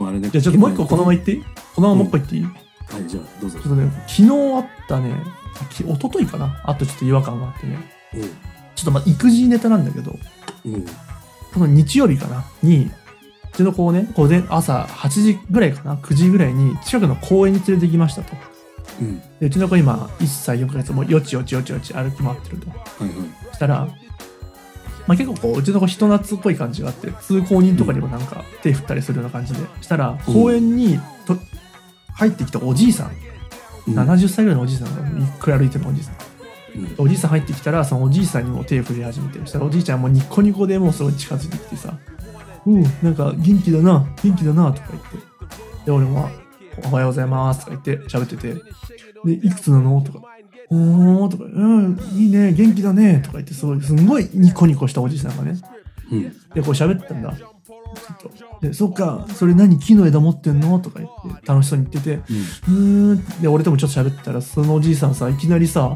C: あれね
B: じゃあちょっともう一個このまま
C: は
B: 言っていいこのままもう一個言っていい、ち
C: いじゃあどうぞ
B: ょっとね昨日あったねあき一昨日かなあとちょっと違和感があってねちょっとまあ育児ネタなんだけど
C: うんうん
B: この日曜日かなにうちの子をね午前朝8時ぐらいかな9時ぐらいに近くの公園に連れて行きましたと
C: うん
B: でうちの子今1歳4ヶ月もうよちよちよちよち歩き回ってると
C: はいはい
B: したら、まあ、結構こううちの子人懐っこい感じがあって通行人とかにもなんか手振ったりするような感じでしたら
C: うん
B: 公園にと入ってきたおじいさん、
C: うん
B: 70歳ぐらいのおじいさんがゆっくり歩いてるおじいさん
C: うん
B: おじいさん入ってきたらそのおじいさんにも手振り始めてそしたらおじいちゃんもニッコニコでもうすごい近づいてきてさ「うんなんか元気だな元気だな」とか言ってで俺も「おはようございます」とか言って喋ってて「でいくつなの?」とか「おー」とか「うんいいね元気だね」とか言ってすごいすんごいニコニコしたおじいさんがね
C: うん
B: でこう喋ってたんだずっとで「そっかそれ何木の枝持ってんの?」とか言って楽しそうに言っててうーんで俺ともちょっと喋ってたらそのおじいさんさいきなりさ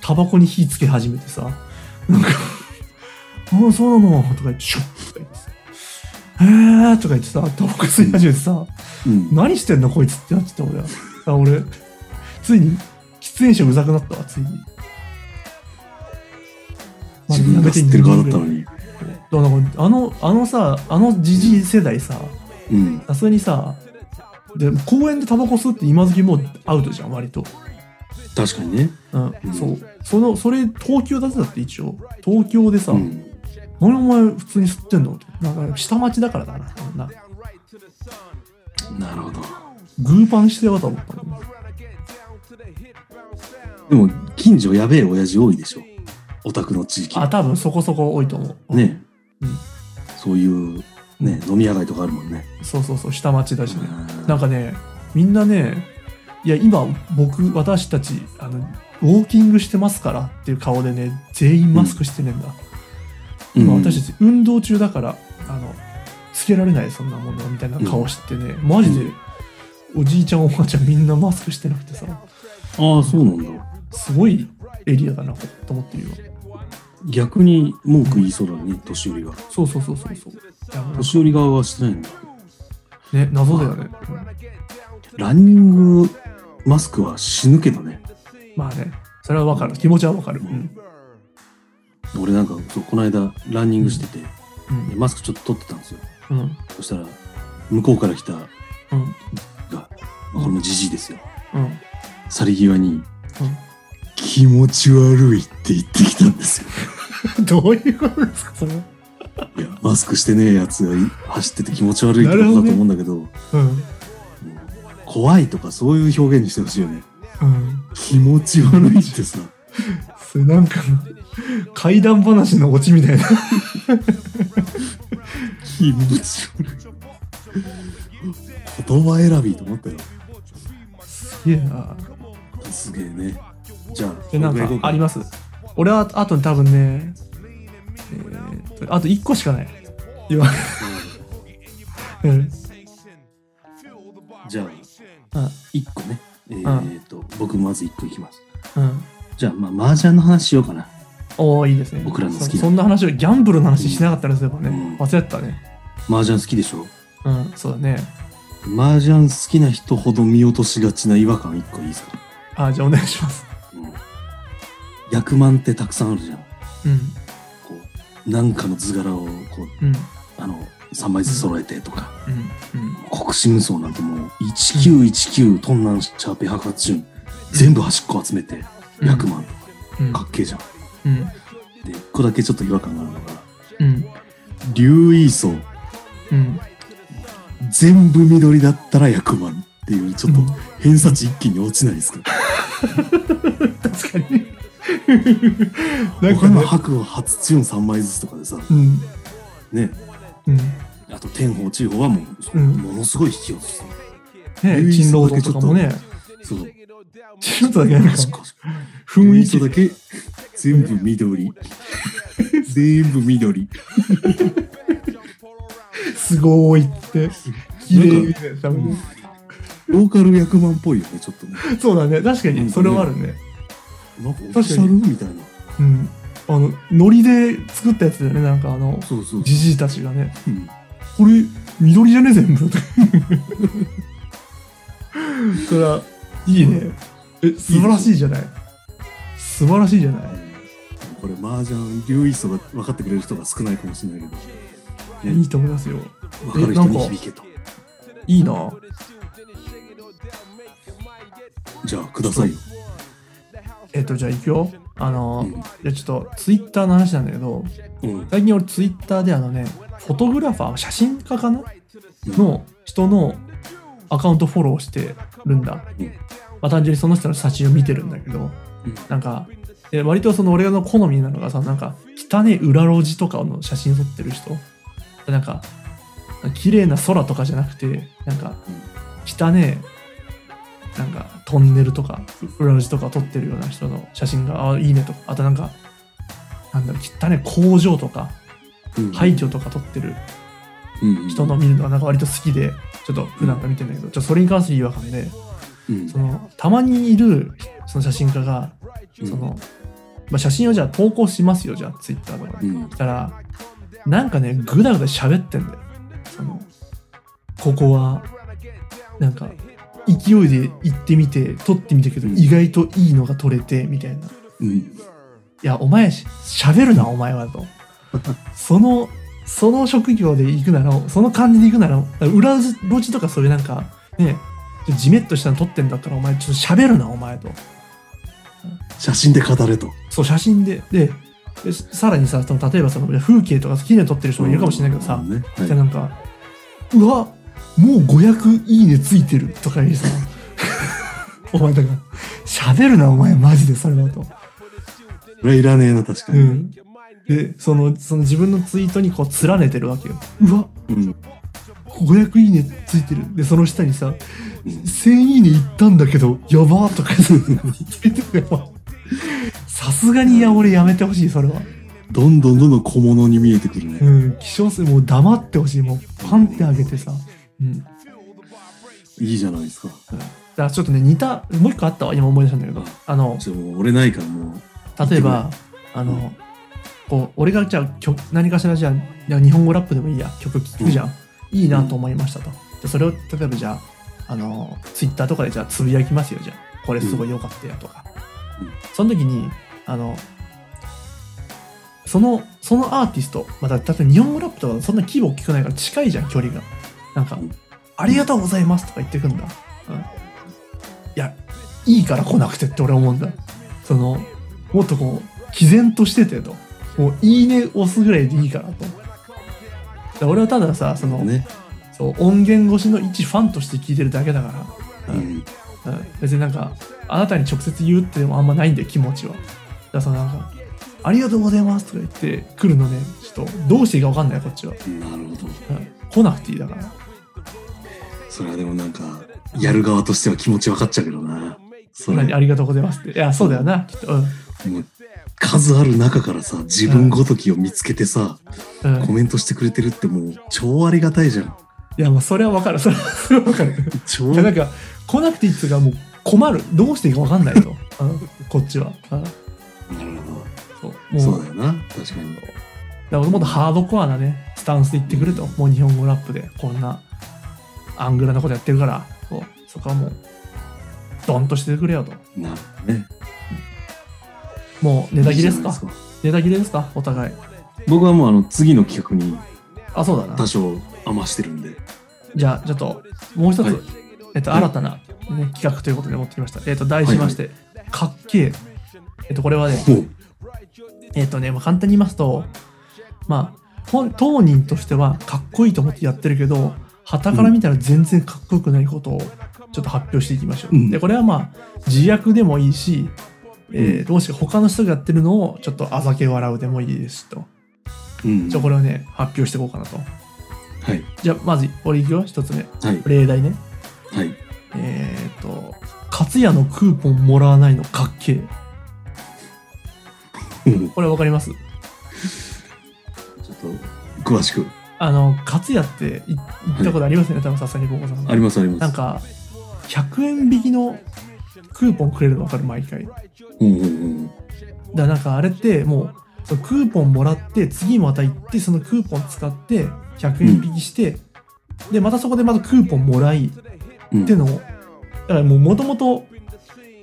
B: タバコに火つけ始めてさなんか 「うんそうなの」とか言って「シュッ」とか言ってさ「へー」とか言ってさタバコ吸い始めてさ
C: うん
B: 「何してんのこいつ」ってなってた俺はあ俺ついに喫煙者うざくなったわついに、
C: 自分が吸ってる側だったのに
B: だからなんかあのあのさあのじじい世代さ
C: うん
B: さすがにさで公園でタバコ吸うって今時もうアウトじゃん割と
C: 確かにね
B: うん
C: ん
B: そうそのそれ東京だけだって一応東京でさ、
C: うん
B: 何お前普通に吸ってんのなんか下町だからだなそんな
C: なるほど
B: グーパンしてよと思ったの
C: でも近所やべえ親父多いでしょオタクの地域
B: あ多分そこそこ多いと思う
C: ね
B: うん
C: そういうね飲み屋街とかあるもんね
B: そうそうそう下町だしね
C: うん
B: なんかねみんなねいや今僕私たちあのウォーキングしてますからっていう顔でね、全員マスクしてねえんだ。
C: うん
B: まあ、私たち運動中だから、あの、つけられないそんなものみたいな顔してね、マジで、おじいちゃんおばあちゃんみんなマスクしてなくてさ、
C: ああ、そうなんだ。
B: すごいエリアだなと思ってるよ。
C: 逆に文句言いそうだね、年寄りが。
B: そうそうそうそうそう。いやなんか
C: 年寄り側はしてないんだ。
B: ね、謎だよね。うん
C: ランニングマスクは死ぬけどね。
B: まあね、それはわかる。気持ちはわかる。うん。
C: 俺なんか、そうこの間ランニングしてて、
B: うん。
C: マスクちょっと取ってたんですよ。
B: うん。
C: そしたら、向こうから来たが、
B: うん。
C: まあこれもじじいですよ。
B: うん。
C: 去り際に、気持ち悪いって言ってきたんですよ。
B: うん、 どういうことですか、それは。
C: いや、マスクしてねえやつが走ってて気持ち悪いってこ
B: なる
C: と
B: ほど
C: だ
B: ね
C: と思うんだけど、
B: うん。
C: もう怖いとかそういう表現にしてほしいよね。
B: うん。
C: 気持ち悪いってさ。
B: それなんかの、怪談話のオチみたいな。
C: 気持ち悪い。言葉選びと思ったよ。
B: いや
C: すげえね。じゃあ、
B: で、なん
C: 僕が行こう
B: かあります俺はあと多分ね、えーっと、あと1個しかない。今。うん。
C: じゃあ、
B: うん。
C: 一個ね。えーっと、僕まず一個いきます。
B: うん。
C: じゃあ、まあ、麻雀の話しようかな。
B: おー、いいですね。
C: 僕らの好きな
B: そそんな話を、ギャンブルの話しなかったですね、やっぱ
C: うん
B: ね。忘れてたね。
C: 麻雀好きでしょ
B: うん、そうだね。
C: 麻雀好きな人ほど見落としがちな違和感一個いいですか、
B: あ、じゃあお願いします。
C: うん、役満ってたくさんあるじゃん。こ
B: うん。
C: う、なんかの図柄を、こう、
B: うん。
C: あの、3枚ずつ揃えてとか。
B: うん。うん。
C: 国士無双なんてもう1919トンナンシャーペ白髪順全部端っこ集めて
B: うん
C: 100万と
B: うん
C: かかっけえじゃん。
B: うん。
C: で1個だけちょっと違和感があるのが
B: うん。
C: 竜イソ
B: うん。
C: 全部緑だったら100万っていうちょっと
B: うん
C: 偏差値一気に落ちな いですか。
B: 確か に。なん
C: 他
B: か
C: の
B: ね。
C: 白は初チューン3枚ずつとかでさ
B: うん。
C: ね
B: うん。
C: あと天宝地方はもう
B: うん
C: ものすごい引き落として
B: ね
C: イ
B: 珍
C: ソ
B: 道
C: だけ
B: と
C: ちょっと
B: かも ね。
C: そう竜
B: ちょっとだけなんか 雰囲
C: イソ
B: 気
C: だけ全部 緑全部緑
B: すごいって。綺麗みたいな多分
C: ローカル100万っぽいよねちょっとね
B: そうだね。確かに、それはあるね。
C: なんかオフィシャルみたいな。
B: うん。あの、ノリで作ったやつだよね。なんかあの、
C: そうそう
B: じじいたちがね。
C: うん
B: これ、緑じゃね全部。 それは、いいね。え、素晴らしいじゃない。素晴らしいじゃない。
C: これ、麻雀、留意層が分かってくれる人が少ないかもしれないけ
B: いやいいと思いますよ。
C: ど、分かる人に響けと。
B: いいな。
C: じゃあ、くださいよ。
B: えっと、じゃあ行くよ。あの
C: うん、
B: じゃあちょっと、ツイッターの話なんだけど、
C: うん。
B: 最近俺ツイッターであのね、フォトグラファー、写真家かなの人のアカウントフォローしてるんだ。
C: うん
B: まあ単純にその人の写真を見てるんだけど、
C: うん
B: なんか、え割とその俺の好みなのがさ、なんか、汚い裏路地とかの写真撮ってる人。なんか、綺麗な空とかじゃなくて、なんか、汚ねえなんかトンネルとか裏路地とか撮ってるような人の写真があいいねとかあとなんかなんだろう汚ねえ工場とか
C: うん
B: 廃。墟とか撮ってる
C: うん
B: 人の見るのがなんか割と好きでちょっと普段から見てんだけどちょっとそれに関する違和感で
C: うん
B: そのたまにいるその写真家が
C: うん
B: その、まあ、写真をじゃあ投稿しますよじゃあツイッターとか
C: う
B: に
C: ん
B: したらなんかねぐだぐだ喋ってんだよそのここはなんか勢いで行ってみて撮ってみたけど
C: うん
B: 意外といいのが撮れてみたいな「い
C: うん。
B: やお前し喋るなお前は」 とそのその職業で行くならその感じで行くなら裏路地とかそういうなんかねじめっとしたの撮ってんだったらお前ちょっと喋るなお前と
C: 写真で語れと。
B: そう写真でででさらにさその例えばその風景とか好きで撮ってる人もいるかもしれないけどさ、
C: うんねはい
B: じゃあなんか、うわもう500いいねついてるとか言うさ、 お前だから、喋るな、お前、マジで、それはと。
C: これいらねえな、確か
B: う
C: に。
B: ん。で、その、その自分のツイートにこう、連ねてるわけよ。うわ
C: うん。
B: 500いいねついてる。で、その下にさ、
C: うん
B: 1000いいねいったんだけど、やばーとか言って、ついてるよ。さすがにいや俺やめてほしいそれは
C: どんどんどんどん小物に見えてくるね。
B: うん希少数もう黙ってほしいもうパンってあげてさうんだか
C: いいじゃないですか。
B: らちょっとね似たもう一個あったわ今思い出したんだけどあの
C: ちょもう俺ないからもう。
B: 例えばあの、こう俺がじゃあ曲何かしらじゃあじゃあ日本語ラップでもいいや曲聴くじゃん、いいなと思いましたと、でそれを例えばじゃああのツイッターとかでじゃあつぶやきますよじゃあこれすごい良かったよとか、
C: うん
B: その時にあのそのそのアーティストまた例えば日本語ラップとかそんな規模大きくないから近いじゃん距離がなんか、
C: うん
B: ありがとうございます」とか言ってくんだ、うん、いやいいから来なくてって俺思うんだそのもっとこう毅然としててともう「いいね」押すぐらいでいいからとだから俺はたださその、
C: ね。
B: そう音源越しの一ファンとして聞いてるだけだか
C: うん。
B: ら、うん、別になんかあなたに直接言うってでもあんまないんだよ気持ちはだからそのなんか「ありがとうございます」とか言って来るのねちょっとどうしていいか分かんないこっちは、
C: なるほど。
B: うん、来なくていいだから
C: それはでもなんか、やる側としては気持ち分かっちゃうけどな。それ
B: 何ありがとうございますって。いや、そうだよな。きっと、うん。
C: もう数ある中からさ、自分ごときを見つけてさ、
B: うん、
C: コメントしてくれてるってもう超ありがたいじゃん。
B: いや、もうそれはわかる。それは、それはわかる。
C: 超
B: いや、なんか、来なくていいっつうか、もう困る。どうしていいかわかんない と。うんこっちは。うん
C: なる
B: そ
C: ほ
B: う。
C: ど。
B: も
C: そう
B: う、
C: だよな。確かに。
B: だからもっとハードコアなね、スタンスで言ってくると。もう日本語ラップで、こんな、アングラなことやってるから、そうそこはもう、ドンとしてくれよと。
C: なるほどね。
B: もう、ネタ切れですか
C: いいじゃない
B: ネタ切れですかお互い。
C: 僕はもうあの次の企画に
B: あ、そうだな
C: 多。少余してるんで。
B: じゃあ、ちょっと、もう一つ、
C: はい
B: えっと、新たな、ね、企画ということで持ってきました。えっと、題しまして、かっけえ。えっと、これはね、
C: もう
B: えっとね、まあ、簡単に言いますと、まあ、本当人としてはかっこいいと思ってやってるけど、旗から見たら全然かっこよくないことをちょっと発表していきましょう。
C: うん
B: で、これはまあ、自虐でもいいし、えー、どうして他の人がやってるのをちょっとあざけ笑うでもいいですしと。
C: うん
B: じゃあ、これをね、発表していこうかなと。
C: はい
B: じゃあ、まず、俺いくよ、一つ目。
C: はい
B: 例題ね。
C: はい
B: えーっ、と、かつやのクーポンもらわないのかっけえ。
C: うん
B: これわかります
C: ちょっと詳しく
B: あの、かつやってい行ったことありますよね、多分さすがにボコさん
C: ありますあります
B: なんか、100円引きのクーポンくれるのわかる、毎回。だか
C: うんうんうん
B: らなんかあれって、もう、そのクーポンもらって、次また行って、そのクーポン使って、100円引きして、で、またそこでまたクーポンもらい、
C: うん
B: ってのを、だからもう元々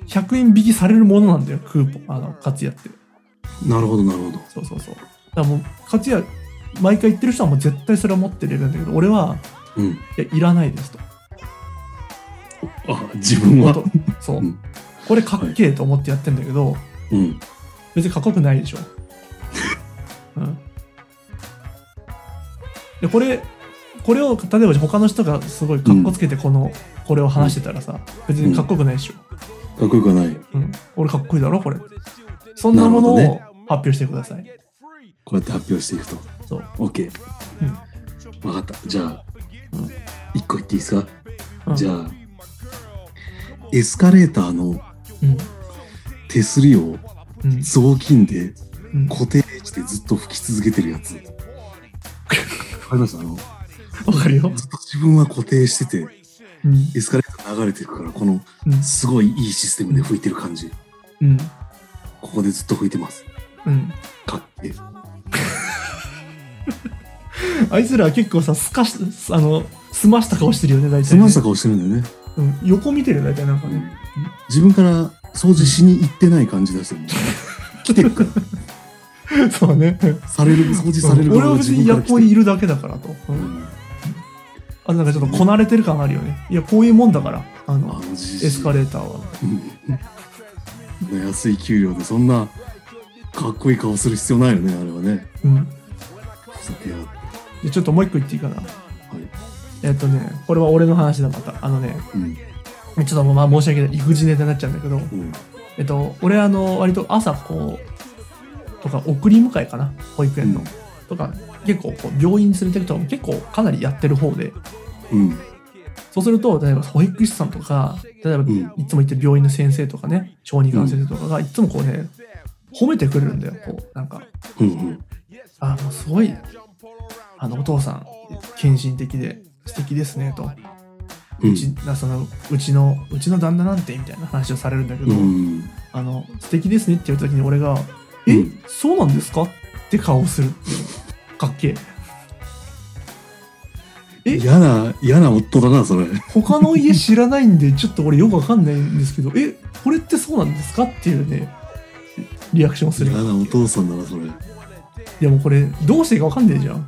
B: 100円引きされるものなんだよ、クーポン、あの、かつやって。
C: なるほどなるほど
B: そうそうそう。だからもう、勝也、毎回言ってる人はもう絶対それを持ってるレベルなんだけど、俺は、
C: うん
B: いや、いらないですと。
C: あ自分は。
B: とそううんこれかっけえと思ってやってんだけど、
C: うん
B: 別にかっこよくないで しょ。うん。で、これ、これを、例えば他の人がすごいかっこつけて、この、これを話してたらさ、別にかっこよくないでしょ。
C: かっこよくはない
B: うん。俺かっこいいだろ、これ。そんなものを
C: なるほど
B: 発表してください。
C: こうやって発表していくと
B: そう。
C: OK
B: うん
C: 分かったじゃあ
B: うん
C: 一個言っていいですか
B: うん
C: じゃあエスカレーターの
B: うん。
C: 手すりを
B: うん。
C: 雑巾で
B: うん。わ
C: 固定してずっと吹き続けてるやつわかりましたあのず
B: かるよ。
C: っと自分は固定してて
B: うん。
C: エスカレーター流れてるからこの
B: うん。
C: すごいいいシステムで吹いてる感じ
B: うん。
C: ここでずっと吹いてます
B: うん。
C: かっけえ
B: あいつらは結構さ、すかし、あの、すました顔してるよね、大体、ね。
C: 済ました顔してるんだよね、
B: うん。横見てるよ、大体なんかね。
C: 自分から掃除しに行ってない感じ出してるもん来てるか
B: そうね。
C: らされる掃除される
B: 俺は別にやっこにい
C: る、
B: るだけだからと。う
C: うんん
B: あ、なんかちょっとこなれてる感あるよね。いや、こういうもんだから、あ
C: あ
B: の、
C: のじじい
B: エスカレーターは。
C: うん安い給料でそんなかっこいい顔する必要ないよねあれはね
B: うん。
C: ふざけやがって
B: でちょっともう一個言っていいかな。
C: はい
B: えっ、とね、これは俺の話だ、また。あのね、
C: うん
B: ちょっとまあ申し訳ない。育児ネタになっちゃうんだけど、
C: うん
B: えっと、俺あの、割と朝こう、とか送り迎えかな、保育園の。とか、結構こう病院に連れてくと、結構かなりやってる方で、
C: うん
B: そうすると、例えば保育士さんとか、例えば、
C: ん
B: いつも行ってる病院の先生とかね、小児科の先生とかが、いつもこうね、褒めてくれるんだよこうなんか
C: うんうん。
B: あもうすごいあのお父さん献身的で素敵ですねと
C: う
B: うんちなそのうちのうちの旦那なんてみたいな話をされるんだけど、
C: うん。
B: あの素敵ですねって言った時に俺が「
C: う
B: え
C: ん
B: そうなんですか?」って顔をするっていうかっけええ
C: 嫌な、嫌な夫だな、それ。
B: 他の家知らないんでちょっと俺よくわかんないんですけど「えこれってそうなんですか?」っていうねリアクションする
C: 嫌なお父さんだな、それ。
B: いやもうこれどうしていいかわかんないじゃん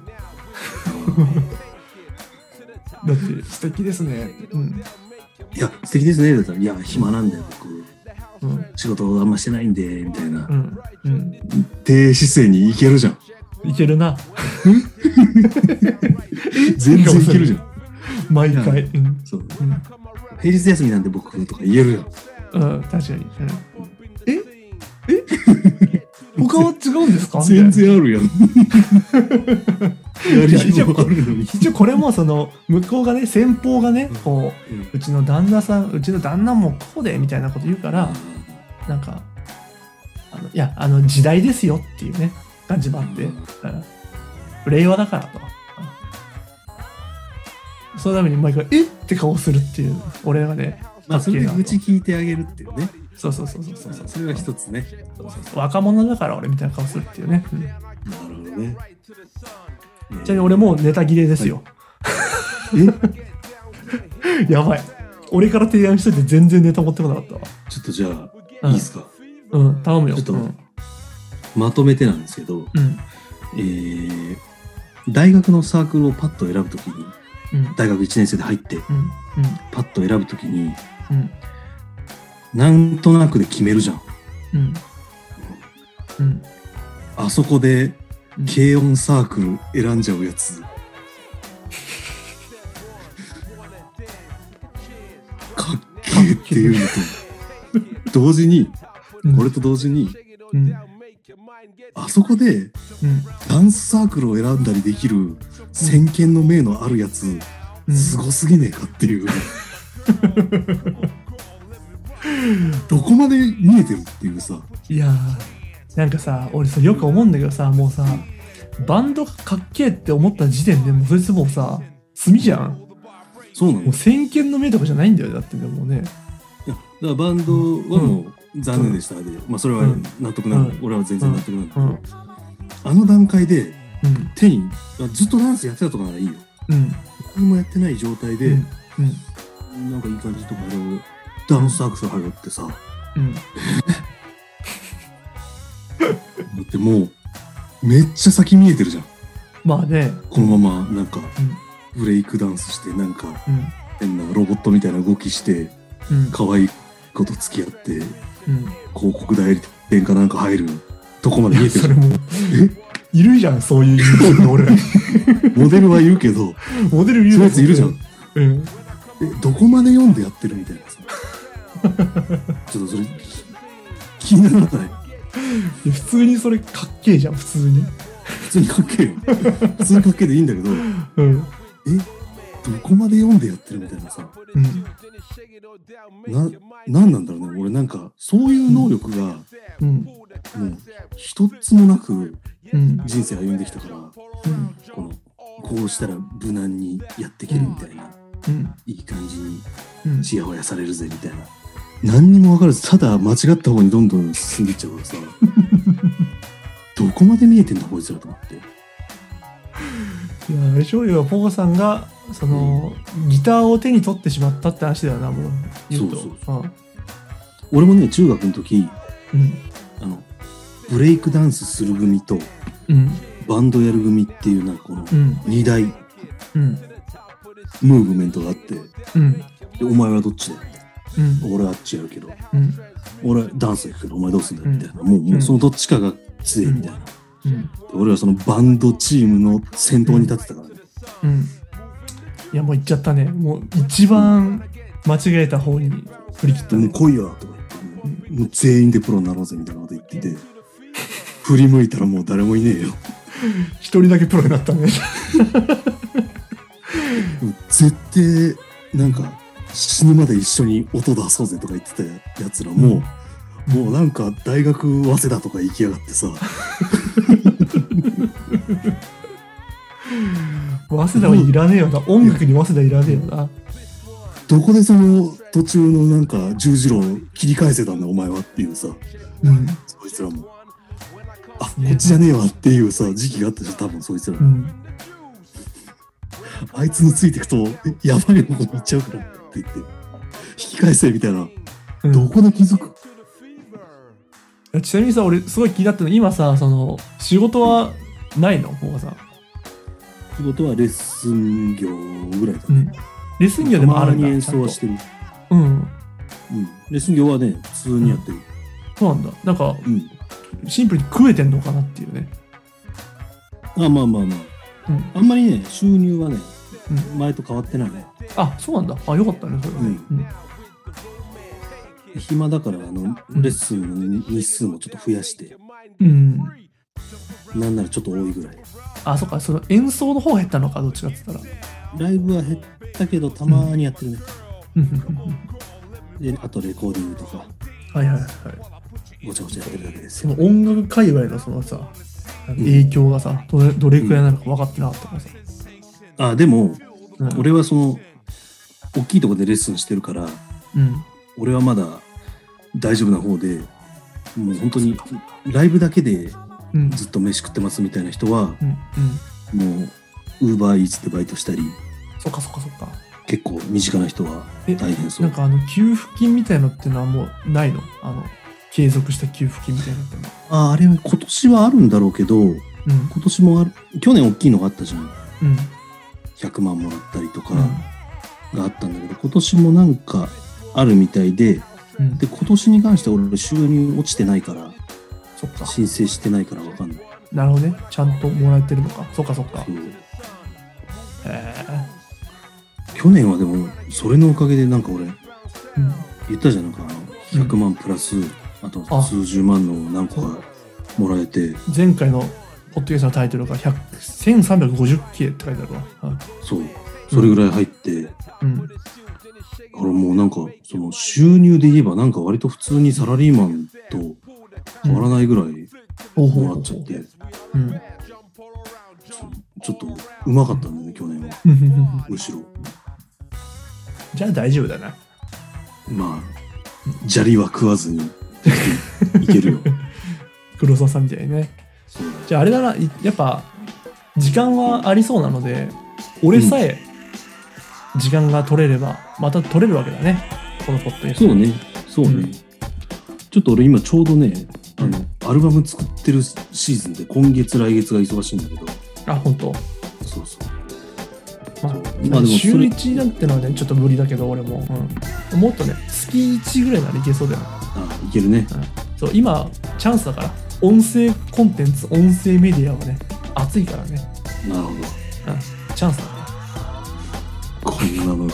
B: だって素敵ですねうん
D: いや、素敵ですね。だったら、いや、暇なんだよ、僕。
B: うん
D: 仕事をあんましてないんで、みたいな
B: う。んうん
C: 低姿勢にいけるじゃん。
B: いけるな
C: 全然いけるじゃん。
B: 毎回うん
D: そう。
B: うん
D: 平日休みなんで僕とか言えるよ。
B: うん、確かに。うん、え え他は違うん ですか
C: 全
B: み
C: 然あ るやん。やり
B: いや
C: 人もあるのに。
B: たいな一応これもその向こうがね先方がねこ
D: うん
B: ううちの旦那さんうちの旦那もこうでみたいなこと言うからなんかあのいやあの時代ですよっていうね感じもあって、うん令和だからと、うんそのために毎回「えっ?」て顔するっていう俺がね
D: まあ、それで
B: かっけ
D: 愚
B: えな
D: 痴聞いてあげるっていうね。
B: とそうそうそうそうそう
D: それが一つね。
B: 若者だから俺みたいな顔するっていうね、うん
D: なるほどね。
B: ちなみに俺もうネタ切れですよ。やばい。俺から提案しといて全然ネタ持ってこなかったわ。
D: ちょっとじゃあ、
B: う
D: い
B: ん
D: いですか。
B: うん、頼むよ。
D: ちょっと
B: うん。
D: まとめてなんですけど、
B: うん。
D: えー、大学のサークルをパッと選ぶときに、
B: うん。
D: 大学1年生で入って、
B: うん。
D: パッと選ぶときに、
B: うん。
D: なんとなくで決めるじゃん。
B: うん。うん。
D: あそこで
B: うん、
D: 軽音サークル選んじゃうやつ。
C: かっけえっていうのと、同時に、
B: うん
C: これと同時に、
B: うん。
C: あそこで
B: うん
C: ダンスサークルを選んだりできる先見の明のあるやつ、
B: うん。
C: すごすぎねえかっていう。どこまで見えてるっていうさ、
B: いやー、なんかさ、俺さ、よく思うんだけどさ、もうさ、バンドがかっけえって思った時点でもうそいつもうさ、炭じゃん。
D: そうなの
B: もう先見の目とかじゃないんだよ。だってね、もうね。
D: いやだからバンドはもう残念でしたで、まあそれは納得なんだ、
B: うん
D: 俺は全然納得なんだ、
B: うん。
D: あの段階で
B: うん。
D: 手にあずっとダンスやってたとかならいいよ
B: うん。
D: 何もやってない状態で、
B: うん。うん。
D: なんかいい感じとかあれをダンスサークル入るってさ
B: うん。
C: だってもう、めっちゃ先見えてるじゃん。
B: まあね、
C: このままなん
B: う
C: か
B: ん。
C: ブレイクダンスして、なんか
B: うん。
C: 変なロボットみたいな動きして、
B: うん。
C: 可愛い子と付き合って、
B: うん。
C: 広告代理店かなんか入るとこまで見え て
B: そ
C: る
B: れ。もいるじゃんそういう YouTuber 俺
C: モデルは言うけど、
B: モデルいる
C: そういうやついるじゃん。
B: うん
C: えどこまで読んでやってるみたいなさ ちょっとそれ気にならない
B: いや普通にそれかっけえじゃん普通に
C: 普通にかっけえよ普通にかっけえでいいんだけど
B: うん
C: どこまで読んでやってるみたいなさ
B: うん
C: な何なんだろうね俺なんかそういう能力がも
B: うん
C: う一つもなく
B: うん
C: 人生歩んできたから、
B: うん
C: このこうしたら無難にやっていけるみたいな、
B: うん
C: いい感じに
B: うん
C: ちやほやされるぜみたいな何にも分からずただ間違った方にどんどん進んでいっちゃうからさどこまで見えてんだこいつらと思って
B: いやあれでしょ要はポコさんがそのギターを手に取ってしまったって話だよなもう言うと
C: そうそう俺もね中学の時
B: うん
C: あのブレイクダンスする組と
B: うん
C: バンドやる組っていうなんかこの
B: うん
C: 2大
B: うん
C: ムーブメントがあってで
B: うん
C: お前はどっちだよみたい
B: うん
C: な俺はあっちやるけど
B: うん
C: 俺はダンスやるけどお前どうすんだよみたいな、もう
B: う
C: も
B: ん
C: うそのどっちかが強いみたいな、
B: うん
C: で俺はそのバンドチームの先頭に立ってたからね、
B: うんいやもう行っちゃったねもう一番間違えた方に振り切った
C: もう
B: ね
C: 来いよとか言って、もう全員でプロになろうぜみたいなこと言ってて、振り向いたらもう誰もいねえよ。
B: 一人だけプロになったね
C: でも絶対、なんか、死ぬまで一緒に音出そうぜとか言ってたやつらも、
E: もうなんか大学早稲田とか行きやがってさ、
B: 早稲田はいらねえよな。音楽に早稲田いらねえよな。
E: どこでその途中のなんか十字路を切り返せたんだお前はっていうさ、
B: うん。
E: そいつらも。あ、こっちじゃねえわっていうさ、時期があったじゃん、多分そいつら
B: う。ん。
E: あいつについてくと、えやばい方向に行っちゃうからって言って、引き返せみたいな。
B: うん
E: どこで気づく
B: ちなみにさ、俺すごい気になったの、今さ、その、仕事はないのほうさん。
C: 仕事はレッスン業ぐらいだ
B: うん。レッスン業でもあるん
C: たま
B: だ。
C: に演奏はし
B: ち
C: てる。
B: ゃんとうん。
C: うん。レッスン業はね、普通にやってる。
B: そうなんだ。なんか、
C: うん。
B: シンプルに食えてんのかなっていうね。
C: あまあまあま
B: うん。
C: あ。あんまりね、収入はね、
B: う
C: 前と変わってないね。
B: あ、そうなんだ。あ、よかったね、それはね。うん。
C: 暇だから、あの、
B: うん
C: レッスンの日数もちょっと増やして、
B: うん。
C: なんならちょっと多いぐらい。
B: あ、そっか、その演奏の方減ったのか、どっちかって言ったら。
C: ライブは減ったけど、たまにやってるね。
B: うんうんうんうん。
C: で、あとレコーディングとか、
B: はいはいはい。
C: ごちゃごちゃやってるだけです
B: そ
C: よ。
B: の音楽界隈のそのさ、影響がさ、どれどれくらいなのか分かってなかったからさ。
C: あ、でも、
B: うん
C: 俺はその、大きいところでレッスンしてるから、
B: うん。
C: 俺はまだ大丈夫な方で、もう本当にライブだけで
B: うん。
C: ずっと飯食ってますみたいな人は、
B: うん。うん。
C: もう、ウーバーイーツでバイトしたり、
B: そっかそっかそっか。
C: 結構身近な人は
B: え
C: 大変そ
B: なん
C: う。
B: かあの、給付金みたいのってのはもうないのあの、継続した給付金みたいなのってのは。
C: ああれは今年はあるんだろうけど、
B: うん。
C: 今年もある、去年大きいのがあったじゃん。
B: うん。
C: 100万もらったりとか
B: う
C: があったんだけど、今年もなんかあるみたいで、
B: ん。うん
C: で、。今年に関しては俺収入落ちてないから、
B: そっか。
C: 申請してないからわかんない。
B: なるほどね。ちゃんともらえてるのか。そっかそっか
C: そ。う
B: へ
C: 去年はでも、それのおかげでなんか俺、
B: え。うん。
C: 言ったじゃん、なんかあの、100万プラス、あと
B: あ
C: 数十万の何個かもらえて、
B: 前回のポッドキャストのタイトルが100 1350K って書いてあるわ。
C: そう、それぐらい入って、だか
B: うん。うん
C: らもうなんか、その収入で言えばなんか割と普通にサラリーマンと変わらないぐらい
B: ほうほう
C: も
B: ほ
C: ら
B: う
C: っちゃって、
B: うん。
C: ちょっとうまかったんだよね、去年は。
B: うんうんうん
C: むしろ。
B: じゃあ大丈夫だな。
C: まあ、砂利は食わずに生きて いけるよ。
B: 黒沢さんみたいにね。
C: そうだよ
B: じゃああれだな、いやっぱ、時間はありそうなので、俺さえ時間が取れれば、また取れるわけだね。このポッドキャスト。
C: そうね、そうね。
B: うん
C: ちょっと俺今ちょうどね、あ
B: う
C: の、アルバム作ってるシーズンで今月来月が忙しいんだけど、
B: あ、本当。
C: そうそう。
B: まあ
C: そうまあでも
B: 週
C: それ
B: 1なんてのはね、ちょっと無理だけど、俺も。うんもっとね、月1ぐらいならいけそうだよね。
C: あ、いけるね。
B: そう今チャンスだから音声コンテンツ音声メディアはね熱いからね、
C: なるほ
B: うん、チャンスだね
C: ど。こんなのが。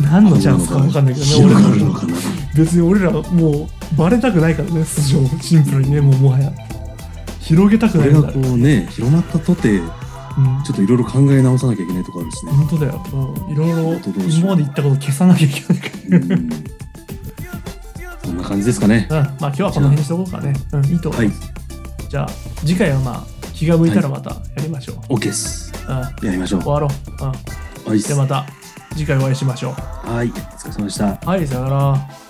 B: 何のチャンスか分かんないけどね
C: 広が
B: 俺
C: る
B: ら
C: の
B: も
C: かな。
B: 別に俺らもうバレたくないからね素性をシンプルにねもうもはや広げたく
C: こ
B: ない
C: れ
B: か
C: が
B: ら、
C: こ
B: うん、
C: うね、広まったとて、ちょっといろいろ考え直さなきゃいけないとこある しね。
B: 本当だよ、うん、いろいろ
C: 本当どうしよう
B: 今まで言ったこと消さなきゃいけないか
C: うん。こんな感じですかね。
B: ら、うん、まあ今日はこの辺にしとこうかね、うん、いいと思
C: はいい
B: ま、す、じゃあ次回はまあ気が向いたらまたやりましょう、
C: OK です。
B: うん、
C: やりましょう。
B: 終わろう、うん、
C: はいっす
B: ではまた次回お会いしましょ
C: はい、お疲れ様でした。
B: うはいさよなら